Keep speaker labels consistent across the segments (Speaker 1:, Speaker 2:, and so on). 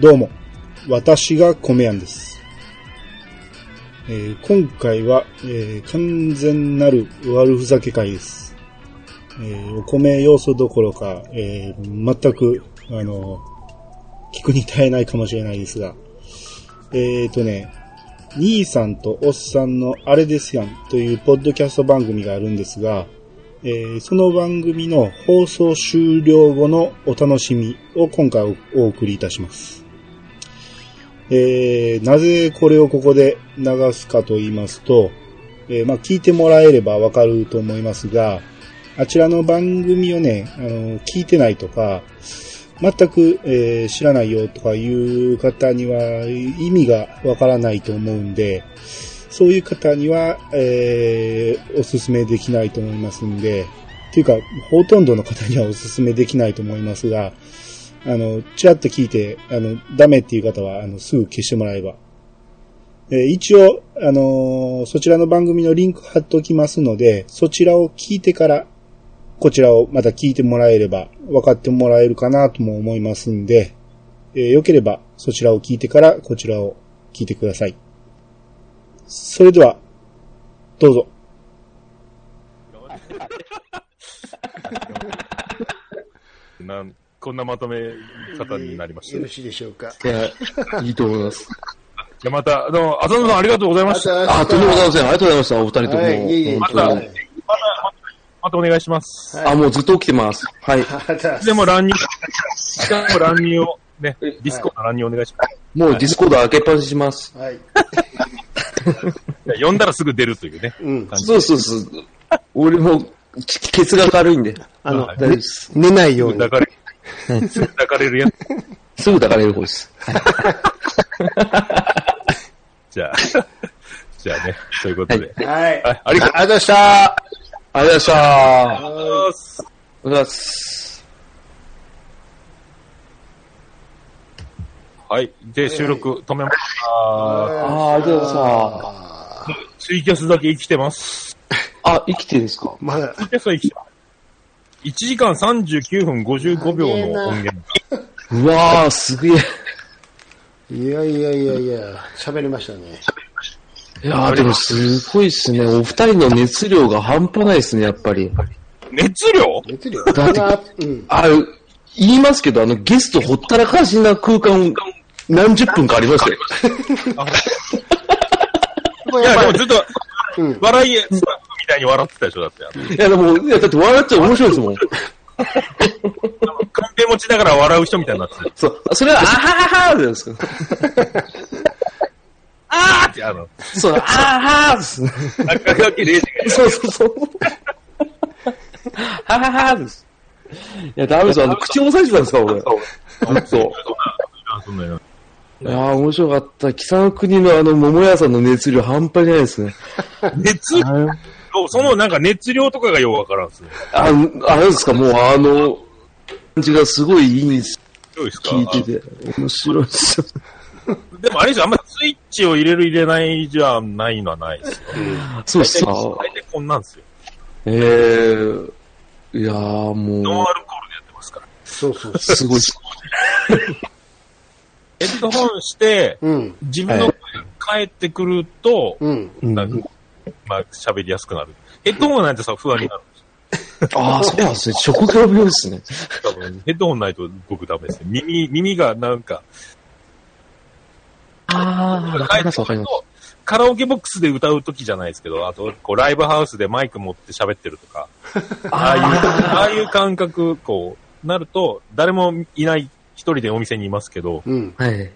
Speaker 1: どうも、私が米庵です。えー今回は、えー完全なる悪ふざけ会です。えーお米要素どころか、えー全く、あの、聞くに耐えないかもしれないですが、えーとね、兄さんとおっさんのあれですやんというポッドキャスト番組があるんですが、えーその番組の放送終了後のお楽しみを今回おお送りいたします。えーなぜこれをここで流すかと言いますと、えーまあ聞いてもらえればわかると思いますが、あちらの番組をね、あの聞いてないとか、全く、えー知らないよとかいう方には意味がわからないと思うんで、そういう方には、えーおすすめできないと思いますんで、っていうか、ほとんどの方にはおすすめできないと思いますが、あの、ちらっと聞いて、あの、ダメっていう方は、あの、すぐ消してもらえば。えー一応、あのーそちらの番組のリンク貼っておきますので、そちらを聞いてから、こちらをまた聞いてもらえれば、分かってもらえるかなとも思いますんで、えーよければ、そちらを聞いてから、こちらを聞いてください。それでは、どうぞ。
Speaker 2: なんこんなまとめ方になりまし
Speaker 3: よろ
Speaker 2: た。
Speaker 3: しいでしょうか。
Speaker 4: はい。いいと思います。
Speaker 2: じゃあまた、どうも、浅野さんありがとうございました。
Speaker 4: あ、とんでもございません。ありがとうございました。お二人とも。
Speaker 3: はいいえいえ
Speaker 4: 本
Speaker 2: ま
Speaker 4: 当
Speaker 2: た
Speaker 4: に、
Speaker 2: またお願いします。
Speaker 4: あ、もうずっと起きてます。はい。
Speaker 3: あざ
Speaker 2: でも乱入、しかも乱入を、ね、ディスコの乱入お願いします。
Speaker 4: もうディスコード開けっぱなしします。
Speaker 3: はい。
Speaker 2: いや呼んだらすぐ出るというね。
Speaker 3: うん。
Speaker 4: そうそうそう。俺も、ちケツが軽いんで。
Speaker 3: あの
Speaker 2: はい、
Speaker 3: ね寝ないように
Speaker 2: 抱。かれ、すぐ抱かれるやつ。
Speaker 4: すぐ抱かれる方です。
Speaker 2: じゃあ、じゃあね、そういうことで。はい、
Speaker 3: はい。
Speaker 2: ありがとう
Speaker 4: ありがとうございました。ありがとうございました。
Speaker 2: ございます。
Speaker 4: おはようございます。
Speaker 2: はい。で、収録止めました。
Speaker 4: あー、ありがとうございまし
Speaker 2: ツイキャスだけ生きてます。
Speaker 4: た。あ、生きてるんですか
Speaker 3: まだ
Speaker 2: ツイ、キャスは生きてます。1時間39分55秒の音源が
Speaker 4: うわー、すげえ。
Speaker 3: いやいやいやいや、喋りましたね。
Speaker 4: いやー、でもすごいですね。お二人の熱量が半端ないですね、やっぱり。
Speaker 2: 熱量
Speaker 3: 熱量
Speaker 4: だって
Speaker 3: あうん。
Speaker 4: あの、言いますけど、あの、ゲストほったらかしな空間、何十分かありましたよ。
Speaker 2: いや、でもずっと、
Speaker 3: うん
Speaker 2: 笑い、スタッフみたいに笑ってたでしょ、だって。あの
Speaker 4: いや、でも、いや、だって笑っちゃ面白いですもん。
Speaker 2: カンペ持ちながら笑う人みたいになってたよ。
Speaker 4: そう。それは、あはははーですか。
Speaker 2: あーって、あの、
Speaker 4: そう、あははーです。
Speaker 2: 中垣礼二が
Speaker 4: そうそうそう。はははーです。いや、ダメですよ。あの、口を押さえてたんですか、俺。ずっと。
Speaker 2: そんなよ。
Speaker 4: いやー、面白かった。北の国のあの、桃屋さんの熱量半端じゃないですね。
Speaker 2: 熱量、そのなんか熱量とかがようわからんっすね。
Speaker 4: あ、あれですか、もうあの、感じがすごいいいんです。
Speaker 2: どうですか
Speaker 4: 聞いてて。面白いですよ。
Speaker 2: でもあれですよ、あんまスイッチを入れる入れないじゃないのはないですよ。
Speaker 4: そう
Speaker 2: 大
Speaker 4: っすか。
Speaker 2: 体こんなんですよ。
Speaker 4: えー、いやー
Speaker 2: ノン
Speaker 4: も
Speaker 2: アルコールでやってますから。
Speaker 3: そうそう
Speaker 4: う、。すごいっす。
Speaker 2: ヘッドホンして、
Speaker 3: うん。
Speaker 2: 自分の声が帰ってくると、
Speaker 3: うん。
Speaker 2: なんか、まあ喋りやすくなる。ヘッドホンないとさ、不安になるんですよ。
Speaker 4: ああ、そうなんですね。職業病ですね。
Speaker 2: 多分、ヘッドホンないと僕ダメですね。耳、耳がなんか、
Speaker 4: ああ、わかりますわかります。
Speaker 2: カラオケボックスで歌うときじゃないですけど、あと、こう、ライブハウスでマイク持って喋ってるとか、ああいう、ああいう感覚、こう、なると、誰もいない、一人でお店にいますけど、
Speaker 3: うん。
Speaker 4: はい。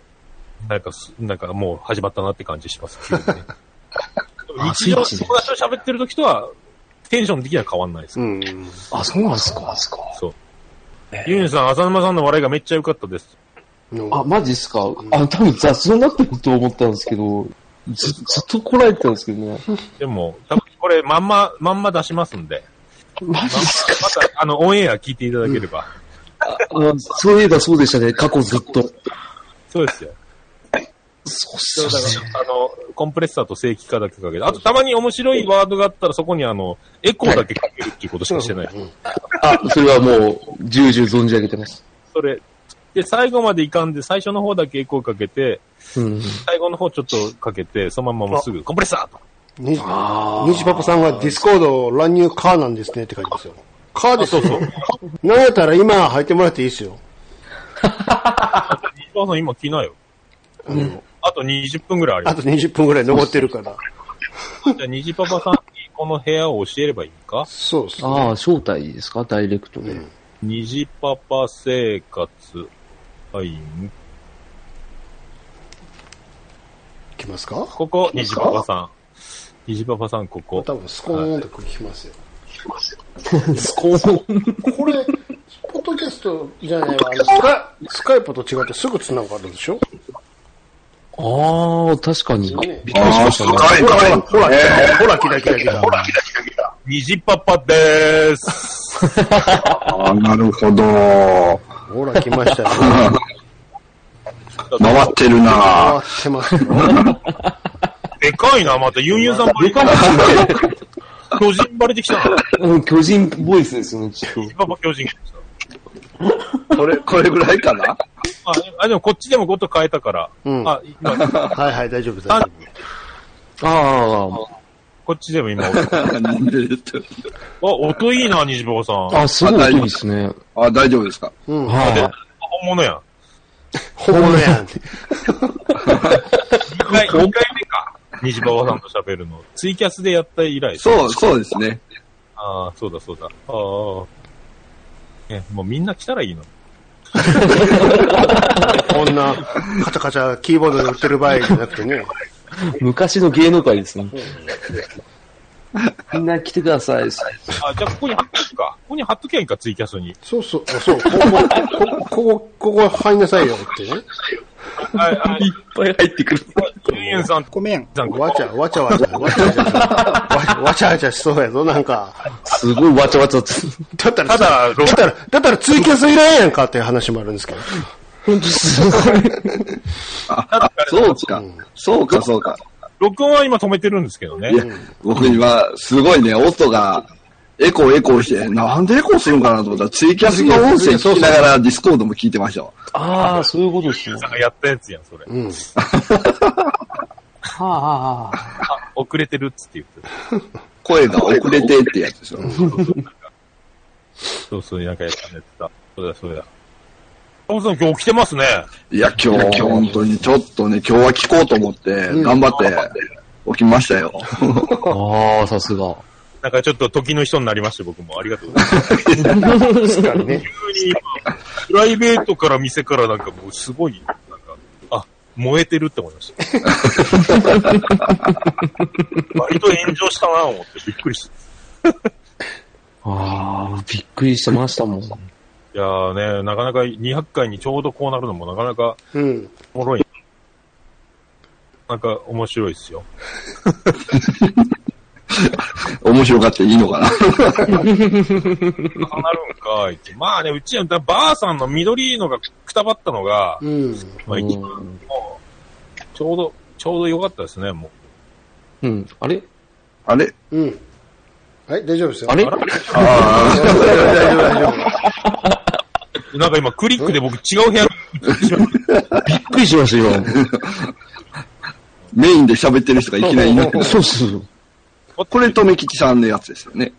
Speaker 2: なんかす、なんかもう始まったなって感じします、急にねでも
Speaker 4: あ
Speaker 2: 日常、
Speaker 4: スイッチね
Speaker 2: 友達と喋ってるときとは、テンション的には変わんないです。
Speaker 3: うん。
Speaker 4: あ、そうなんですか。
Speaker 2: ユンさん、浅沼さんの笑いがめっちゃ良かったです。
Speaker 4: あ、マジですか。あ、多分雑音になってると思ったんですけど、ずずっと来られてたんですけどね。
Speaker 2: でも、多分これ、まんま、まんま出しますんで、
Speaker 4: マジ
Speaker 2: まん
Speaker 4: です
Speaker 2: ままた、あの、オンエア聞いていただければ。
Speaker 4: か。あそういえばそうでしたね。過去ずっと。
Speaker 2: そうですよ。
Speaker 4: そうっ
Speaker 2: そうだ
Speaker 4: すね。
Speaker 2: から、あの、コンプレッサーと正規化だけかけて、あとたまに面白いワードがあったらそこにあの、エコーだけかけるっていうことしかしてない。
Speaker 4: あ、それはもう、重々存じ上げてます。
Speaker 2: それ、で、最後までいかんで、最初の方だけエコーかけて、
Speaker 4: うん。
Speaker 2: 最後の方ちょっとかけて、そのまんまもうすぐ、コンプレッサーと。
Speaker 3: に
Speaker 4: あー
Speaker 3: にじパパさんがディスコード乱入カーなんですねって書いてますよ。カーですよ。なんやったら今入ってもらっていいですよ。
Speaker 2: 西川さん今着ないよ。
Speaker 3: あの、
Speaker 2: あと20分ぐらいあ
Speaker 3: あ
Speaker 2: る
Speaker 3: と20分ぐらい残ってるから。
Speaker 2: よ。じゃあ、虹パパさんにこの部屋を教えればいいか
Speaker 3: そうですね。
Speaker 4: ああ、招待ですかダイレクトで。
Speaker 2: 虹パパ生活、はい、
Speaker 3: 来ますか
Speaker 2: ここ、虹パパさん。虹パパさん、ここ。
Speaker 3: 多分スコーンと来ますよ。
Speaker 4: スコーン。
Speaker 3: これ、ポッドキャストじゃないわ。あのスカスカイプと違ってすぐ繋がるでしょ
Speaker 4: ああ、確かに。
Speaker 3: ね
Speaker 4: びっくりしましたね。
Speaker 5: カレン、カレン。
Speaker 3: ほら、ほら、キラキラキラ。
Speaker 2: 虹パパでーす。
Speaker 5: ああ、なるほど。
Speaker 3: ほら、来ました よ。
Speaker 5: 回ってる
Speaker 3: 回
Speaker 5: な
Speaker 3: ってますよ。
Speaker 2: でかいな、また。ユンユンさんばり。巨人ばりできたな。
Speaker 4: うん、巨人ボイスですよね、ちょっ
Speaker 2: 虹パパ巨人でした。
Speaker 5: これ、これぐらいかな
Speaker 2: あ、あでもこっちでもごと変えたから。
Speaker 3: うん
Speaker 2: あ、今、
Speaker 3: はいはい、大丈夫、大丈
Speaker 4: と。あ
Speaker 2: こっちでも今。
Speaker 5: なんで言ってる
Speaker 2: あ、音いいな、虹パパさん。
Speaker 4: あ、あ、すごいいいですね。
Speaker 5: あ、大丈夫ですか
Speaker 3: 夫。うん。
Speaker 4: は
Speaker 2: 本物やん。
Speaker 3: 本物やんって。
Speaker 2: 2回、二回目か。虹パパさんと喋るの。ツイキャスでやった以来。
Speaker 5: そう、そうですね。
Speaker 2: ああ、そうだそうだ。ああ。え、もうみんな来たらいいの。
Speaker 3: こんな、カチャカチャキーボードで売ってる場合じゃなくてね。
Speaker 4: い。昔の芸能界ですね。みんな来てください。
Speaker 2: あ、じゃあここに貼っとくか。ここに貼っときゃいいか、ツイキャスに。
Speaker 3: そうそう、あそう、ここ、ここ、ここ、ここ入んなさいよってね。
Speaker 2: はい、はい。
Speaker 4: いっぱい入ってくる。
Speaker 2: ユンユンさん、
Speaker 1: ごめん。
Speaker 2: さん、こ
Speaker 3: わちゃ、わちゃわちゃ、わちゃわちゃ、わちゃわちゃしそうやぞ、なんか。
Speaker 4: すごいわちゃわちゃつ。
Speaker 3: だったら、
Speaker 2: ただ、ロ
Speaker 3: だったら、だったらツイキャスいらんやんかっていう話もあるんですけど。
Speaker 4: 本当すごい。
Speaker 5: あ、そうか。そうか、そうか。
Speaker 2: 録音は今止めてるんですけどね
Speaker 5: い。や、僕今、すごいね、音が、エコーエコーして、なんでエコーするんかなと思ったら、ツイキャスの音声聞きながら、ディスコードも聞いてましたわ。
Speaker 4: ああ、そういうことですね。
Speaker 2: さんがやったやつやん、それ。
Speaker 3: うん。
Speaker 4: はあ、はあ、は
Speaker 2: あ、遅れてるっつって言って
Speaker 5: 声が遅れてってやつですよ。
Speaker 2: た。そうそう、なんかやったやつだ。そうだ、そうだ。パパさん、今日起きてますね。
Speaker 5: いや、今日、本当に、ちょっとね、今日は聞こうと思って、頑張って、起きましたよ。
Speaker 4: あ。ああ、さすが。
Speaker 2: なんかちょっと時の人になりまして、僕も。ありがとうございます。
Speaker 3: 確かにね。
Speaker 2: 急に今、プライベートから店からなんかもうすごい、なんか、あ、燃えてるって思いました。割と炎上したなと思ってびっくりした。
Speaker 4: ああ、びっくりしてましたもん。
Speaker 2: いやーね、なかなか200回にちょうどこうなるのもなかなか
Speaker 3: うん。
Speaker 2: おもろい。なんか面白いです よ。
Speaker 5: 面白かっていいのかな。
Speaker 2: あなるんかいって。まあね、うちはばあさんの緑のがくたばったのが、
Speaker 3: うん。
Speaker 2: まあ一番もう、ちょうど、ちょうど良かったですね、もう。
Speaker 4: うん。あれ
Speaker 5: あれ
Speaker 3: うん。はい、大丈夫ですよ。
Speaker 4: あれ
Speaker 2: なんか今、クリックで僕違う部屋に移ってしまいました
Speaker 4: びっくりしました、
Speaker 5: メインで喋ってる人がいきなりいなく
Speaker 4: 今。
Speaker 5: なる
Speaker 4: そうそう。
Speaker 5: これ、とめきちさんのやつですよね。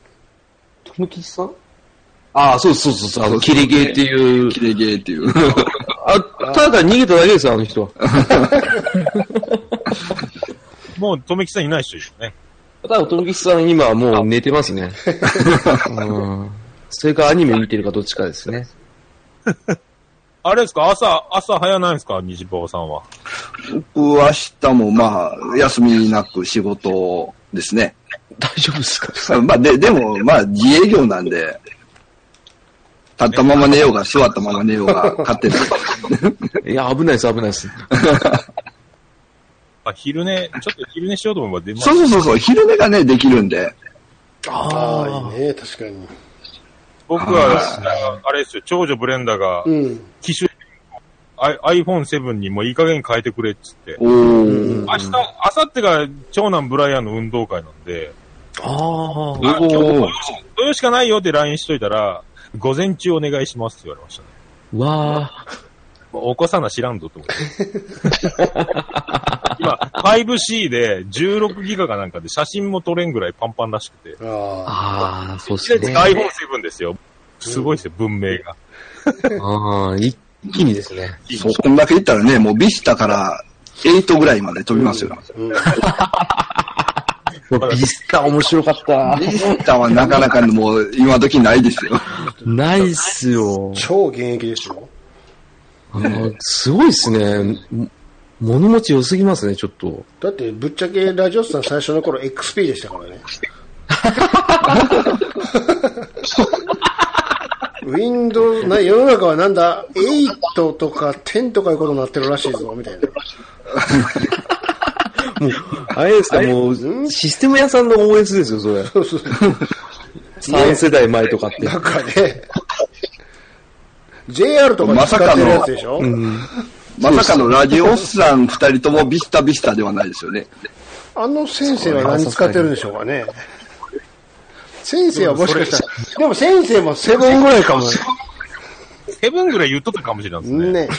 Speaker 4: とむきさんああ、そうそうそうそう。あの、キリゲーっていう。
Speaker 5: キレゲーっていう。
Speaker 4: あ、ただ逃げただけですよ、あの人は。
Speaker 2: もう、とめきさんいない人でしょね。
Speaker 4: ただ、とむきさん今はもう寝てます ね。うん。それかアニメ見てるかどっちかですね。
Speaker 2: あれですか朝、朝早ないんですか虹坊さんは。
Speaker 5: 僕は明日も、まあ、休みなく仕事ですね。
Speaker 4: 大丈夫ですか
Speaker 5: まあ、で、でも、まあ、自営業なんで、立ったまま寝ようが、座ったまま寝ようが、勝 手なんで
Speaker 4: いや、危ないです、危ないです。
Speaker 2: あ、昼寝、ちょっと昼寝しようと思えば出ます
Speaker 5: そう。そうそうそう、昼寝がね、できるんで、
Speaker 3: ああ、いいね、確かに。
Speaker 2: 僕は、あれですよ、長女ブレンダーが
Speaker 3: う、ん。
Speaker 2: 機種、あ iPhone7 にもういい加減変えてくれっつって。
Speaker 5: おー、
Speaker 2: 明日、明後日が長男ブライアンの運動会なんで、
Speaker 4: ああ。
Speaker 5: おー、
Speaker 2: 土曜しかないよって LINE しといたら、午前中お願いしますって言われましたね。
Speaker 4: わあ。
Speaker 2: 起こさな知らんぞと思って。 今、5C で16ギガかなんかで写真も撮れんぐらいパンパンらしくて。
Speaker 3: あ
Speaker 4: ああ、そうっすね。
Speaker 2: iPhone7 ですよ。すごいですよ、文明が。
Speaker 4: ああ、一気にですね。
Speaker 5: そうこんだけいったらね、もうビスタから8ぐらいまで飛びますよ。
Speaker 4: ビスタ面白かった。
Speaker 5: ビスタはなかなかもう今時ないですよ。
Speaker 4: ないっすよ
Speaker 3: ー。超現役でしょ
Speaker 4: あの、すごいっすね。も物持ち良すぎますね、ちょっと。
Speaker 3: だって、ぶっちゃけラジオスさん最初の頃 XP でしたから ね。Windows、な世の中はなんだ、8とか10とかいうことになってるらしいぞ、みたいな。
Speaker 4: あれですか、もう、システム屋さんの OS ですよ、それ。
Speaker 3: そうそう。
Speaker 4: 3世代前とかって。
Speaker 3: なんかね、JR とかに使ってるやつでしょ、
Speaker 5: まさかのラジオスさん2人ともビスタビスタではないですよね。
Speaker 3: あの先生は何使ってるんでしょうかね。先生はもしかしたら、でも先生もセブンぐらいかも
Speaker 2: セブンぐらい言っとったかもしれないですね。
Speaker 3: ね。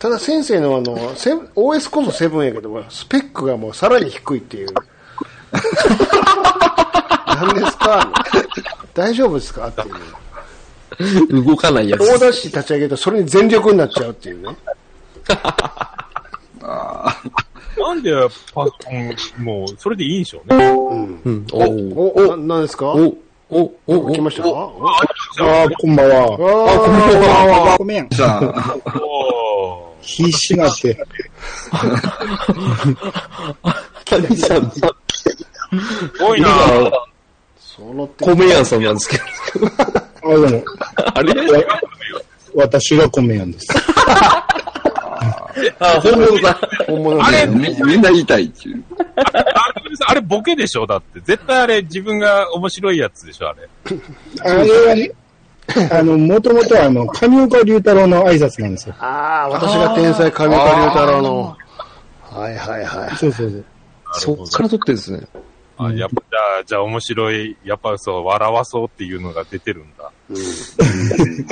Speaker 3: ただ先生のあの、セブン OS こそセブンやけど、スペックがもうさらに低いって いう。何ですか大丈夫ですかっていう。
Speaker 4: 動かないやつ。
Speaker 3: 大ダッシュ立ち上げるとそれに全力になっちゃうっていうね。
Speaker 2: なんでパソコン、もう、それでいいんでしょうね。
Speaker 4: うん。お
Speaker 3: お、お、何ですか
Speaker 4: お、お、お、
Speaker 3: 来ましたお
Speaker 1: ああ、こんばんは。
Speaker 3: あー
Speaker 1: ごめん。
Speaker 5: さあ、
Speaker 2: おー
Speaker 1: 必死なって。
Speaker 4: 神さん、
Speaker 2: すごいな
Speaker 3: その手
Speaker 4: 米屋さんなんですけど。
Speaker 1: あ、でも、
Speaker 4: あれ
Speaker 1: わ私が米やんです。
Speaker 4: あ、本物だ。
Speaker 3: 本物
Speaker 2: あれ、
Speaker 5: みみんな言いたいっ ていう。
Speaker 2: あれあれボケでしょだって。絶対あれ、自分が面白いやつでしょあれ。
Speaker 1: あれはね、あの、もともとはあの、上岡龍太郎の挨拶なんですよ。
Speaker 3: ああ、私が天才神岡龍太郎の。はいはいはい。
Speaker 1: そうそうそう。
Speaker 4: そっから撮ってるんですね。
Speaker 2: あ、やっぱ、じゃあ、じゃあ面白い、やっぱそう、笑わそうっていうのが出てるんだ。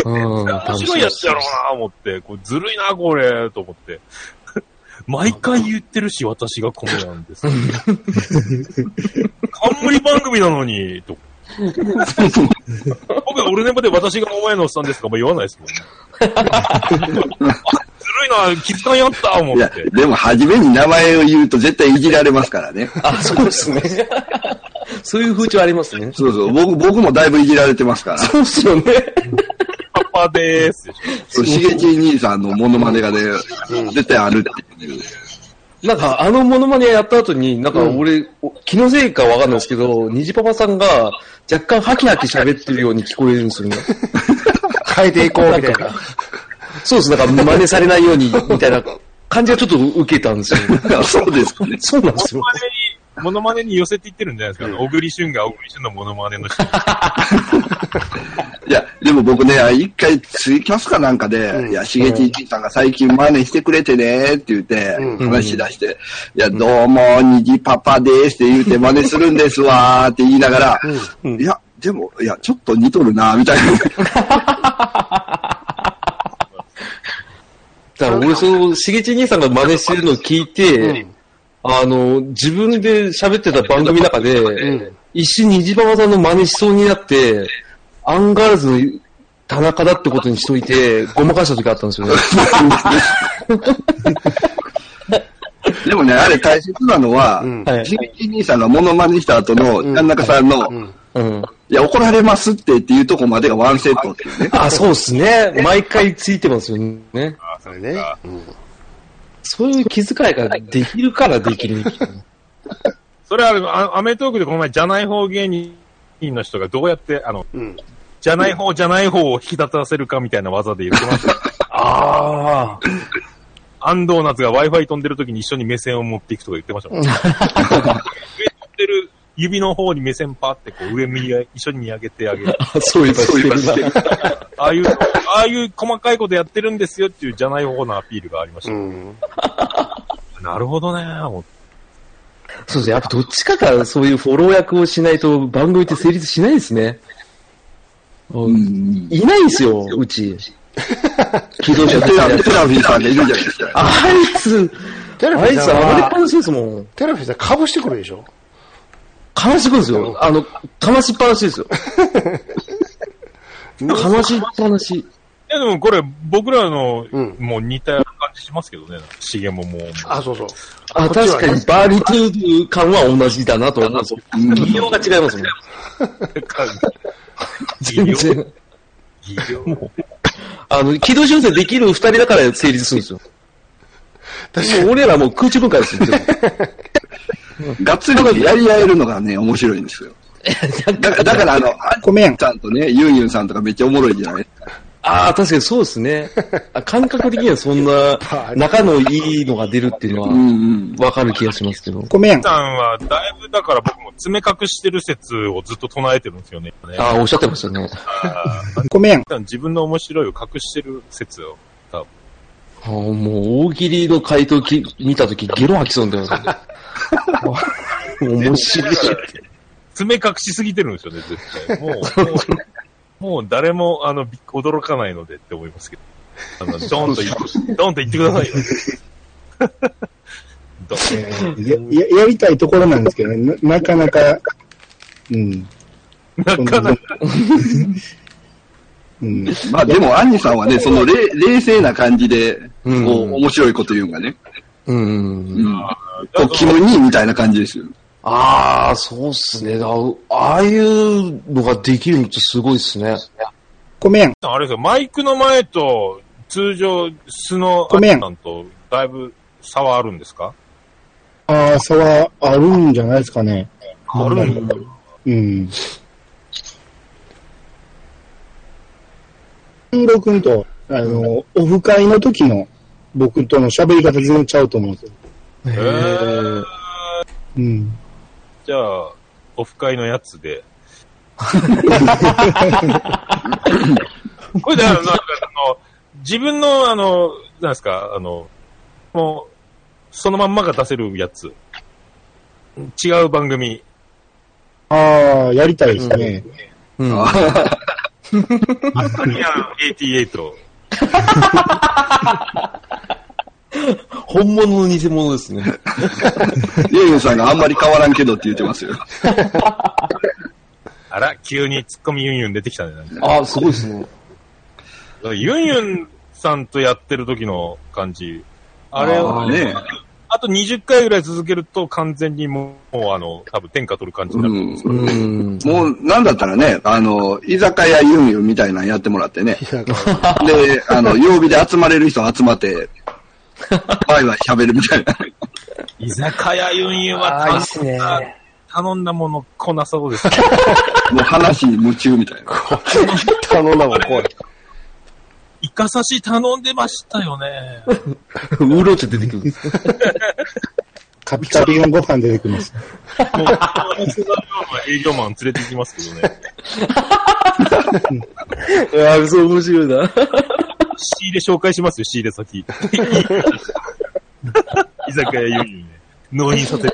Speaker 4: うん。
Speaker 2: 面白いやつやろうな思って、これずるいな、これ、と思って。 毎回言ってるし、私が米なんです。冠番組なのに、と。僕はオルネポで私がお前のおっさんですとかも言わないですもんね。 ずるいな、気づかんやった、思
Speaker 5: いや
Speaker 2: っ、て。
Speaker 5: でも初めに名前を言うと絶対いじられますからね。
Speaker 4: あ、そうですね。そういう風潮ありますね。
Speaker 5: そうそう、僕僕もだいぶいじられてますから。
Speaker 4: そうっすよね。
Speaker 2: パパでーすでしょ。
Speaker 5: そう、しげち兄さんのモノマネがね、絶対あるっていう。
Speaker 4: なんか、あのモノマネやった後に、なんか俺、お気のせいかわかんないですけど、虹パパさんが若干ハキハキ喋ってるように聞こえるんですよね。
Speaker 3: 変えていこうみたいな。
Speaker 4: そうです。なんか真似されないように、みたいな感じはちょっと受けたんです よ。
Speaker 5: そうですかね。
Speaker 4: そうなんですよ
Speaker 2: モノ。マネに、モノマネに寄せていってるんじゃないですか。小栗旬が小栗旬のモノマネの人。
Speaker 5: いや、でも僕ね、あ一回ツイキャスかなんかで、いや、しげち兄さんが最近真似してくれてねって言って、話し出して、いや、どうも、にじパパですって言って真似するんですわーって言いながら、いや、でも、いや、ちょっと似とるなみたい
Speaker 4: だから俺、その、しげち兄さんが真似してるのを聞いて、あの、自分で喋ってた番組の中で、一瞬虹パパさんの真似しそうになって、アンガールズの田中だってことにしといて、ごまかした時があったんですよね。
Speaker 5: な。でもね、あれ大切なのは、
Speaker 4: はい
Speaker 5: しげち兄さんがモノマネした後の、真ん中さんの、
Speaker 4: うん。
Speaker 5: いや、怒られますってっていうとこまでがワンセットっていうね。
Speaker 4: あ、そうですね。毎回ついてますよね。
Speaker 3: それね。
Speaker 4: そういう気遣いができるからできる。
Speaker 2: それはあ、アメトークでこの前、じゃない方芸人の人がどうやって、あの、
Speaker 3: うん。
Speaker 2: じゃない方じゃない方を引き立たせるかみたいな技で言ってました。
Speaker 4: ああ。
Speaker 2: アンドーナツが Wi-Fi 飛んでる時に一緒に目線を持っていくとか言ってましたもん。上飛んでる指の方に目線パーってこう上見上げ一緒に見上げてあげる。
Speaker 4: そういえばしてるな。
Speaker 2: ああいう、ああいう細かいことやってるんですよっていうじゃない方のアピールがありました。
Speaker 3: うん。
Speaker 2: なるほどねー思って
Speaker 4: そうですね。やっぱどっちかがそういうフォロー役をしないと番組って成立しないですね。
Speaker 5: うん
Speaker 4: いないですよ、うち。
Speaker 5: 自動車テラ、テラフィーさんがいるじゃないですか。
Speaker 4: あいつ、
Speaker 3: テラフ
Speaker 4: あ
Speaker 3: ィー
Speaker 4: いつ
Speaker 3: さん
Speaker 4: 暴れっ
Speaker 3: は
Speaker 4: ぱ、なしですもん。
Speaker 3: テラフィーさんかぶしてくるでしょ
Speaker 4: かましてくるんですよ。あの、かましっぱなし ですよ。かましっぱなし。
Speaker 2: いや、でもこれ、僕らの、
Speaker 3: うん
Speaker 2: もう似た感じしますけどね。しげももう。
Speaker 3: あ、そうそう。
Speaker 4: あ、
Speaker 3: こっち
Speaker 4: 確
Speaker 3: はね
Speaker 4: かにバーリトゥー感は同じだなと思うんですよ。企業が違いますもん。全然。
Speaker 2: いやもう
Speaker 4: あの、軌道修正できる二人だから成立するんですよ。もう俺らもう空中分解 ですよ。
Speaker 5: がっつりやり合えるのがね、面白いんで すよ。だから、だからあの、
Speaker 1: ごめん
Speaker 5: ちゃんとね、ユンユンさんとかめっちゃおもろいじゃない
Speaker 4: ああ、確かにそうですね。あ感覚的にはそんな、仲のいいのが出るっていうの
Speaker 5: うん
Speaker 4: は、
Speaker 5: うん。
Speaker 4: わかる気がしますけど。
Speaker 1: ごめん。
Speaker 2: さんは、だいぶ、だから僕も爪隠してる説をずっと唱えてるんですよね。
Speaker 4: ああ、おっしゃってましたね。
Speaker 1: ごめん。
Speaker 2: 多分自分の面白いを隠してる説を。
Speaker 4: あーもう、大喜利の回答き見たとき、ゲロ吐きそうになった 面白い。
Speaker 2: 爪隠しすぎてるんですよね、絶対。もう、もうもう誰も、あの、び驚かないのでって思いますけど。あの、ドンと言って、ドンと言ってくださいよ。ドン
Speaker 1: やややりたいところなんですけどね、ななかなか、うん。
Speaker 2: なかなか、
Speaker 1: うん。
Speaker 5: まあでも、アンニさんはね、そのれ冷静な感じで、こう、
Speaker 4: うん
Speaker 5: 面白いこと言うんがね。
Speaker 4: うん。
Speaker 5: うん。こう、キムニーみたいな感じですよ。
Speaker 4: ああ、そうっすね。あああいうのができるのってすごいっすね。
Speaker 1: ごめん。
Speaker 2: あれですよ、マイクの前と、通常、素のア
Speaker 1: ごめん
Speaker 2: さんと、だいぶ差はあるんですか
Speaker 1: ああ、差はあるんじゃないですかね。
Speaker 2: あるんだ。
Speaker 1: うん。俊郎君と、あの、オフ会の時の僕との喋り方全然ちゃうと思うんですよ。
Speaker 4: へ
Speaker 2: ー
Speaker 1: うん。
Speaker 2: じゃあ、オフ会のやつ で。これで、あの、なんかあの自分の、あの、なんですか、あの、もう、そのまんまが出せるやつ。違う番 組。
Speaker 1: ああ、やりたいですね。
Speaker 4: うん。
Speaker 2: アニアン88。
Speaker 4: 本物の偽物ですね。
Speaker 5: ユンユンさんがあんまり変わらんけどって言ってますよ。
Speaker 2: あら、急にツッコミユンユン出てきたね。なんか
Speaker 4: ああ、すごいっす ね。
Speaker 2: ユンユンさんとやってる時の感じ。あれ
Speaker 5: あーね。
Speaker 2: あと20回ぐらい続けると完全にもう、もうあの、多分天下取る感じに
Speaker 5: う
Speaker 2: なる。
Speaker 5: ん。
Speaker 4: うん。
Speaker 5: もう、なんだったらね、あの、居酒屋ユンユンみたいなのやってもらってね。で、あの、曜日で集まれる人集まって、ワイワイ喋るみたいな。
Speaker 2: 居酒屋ユンユンは
Speaker 4: あいい
Speaker 2: 頼
Speaker 4: っすね
Speaker 2: んだ、頼んだもの来なそうですね。
Speaker 5: もう話に夢中みたいな。
Speaker 3: 頼んだもん、怖い。
Speaker 2: イカ刺し頼んでましたよね。
Speaker 4: ウーロン茶出てくる。
Speaker 1: カピカピのご飯出てきます。
Speaker 2: もう、営業マン連れて行きますけどね。
Speaker 4: ああ、そう面白いな。
Speaker 2: 仕入れ紹介しますよ、仕入れ先。居酒屋ユンユンね。納品させてい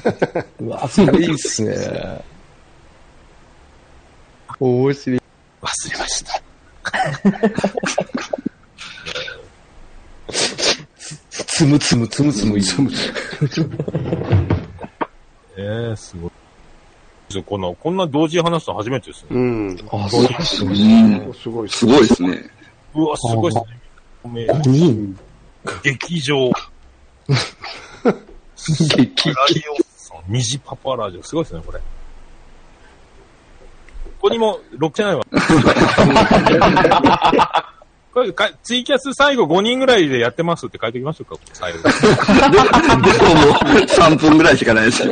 Speaker 2: ただきたいです。
Speaker 4: うわ、それいいっすね。面白い。
Speaker 2: 忘れました。
Speaker 4: つむつむつむつむつむ。
Speaker 2: ええすごい。こんな、こんな同時に話すの初めてですね。
Speaker 3: うん。
Speaker 4: ああ、そうっすね。
Speaker 3: すごいっす。
Speaker 5: すごいですね。
Speaker 2: うわ、すごいっすね。おめえ
Speaker 4: 人
Speaker 2: 劇場。
Speaker 4: 激
Speaker 2: ラリオさん、虹パパラジオ。すごいですね、これ。ここにも載ってないわ。 これか、ツイキャス最後5人ぐらいでやってますって書いておきましょうか、最後。
Speaker 5: で、でももう3分ぐらいしかないです。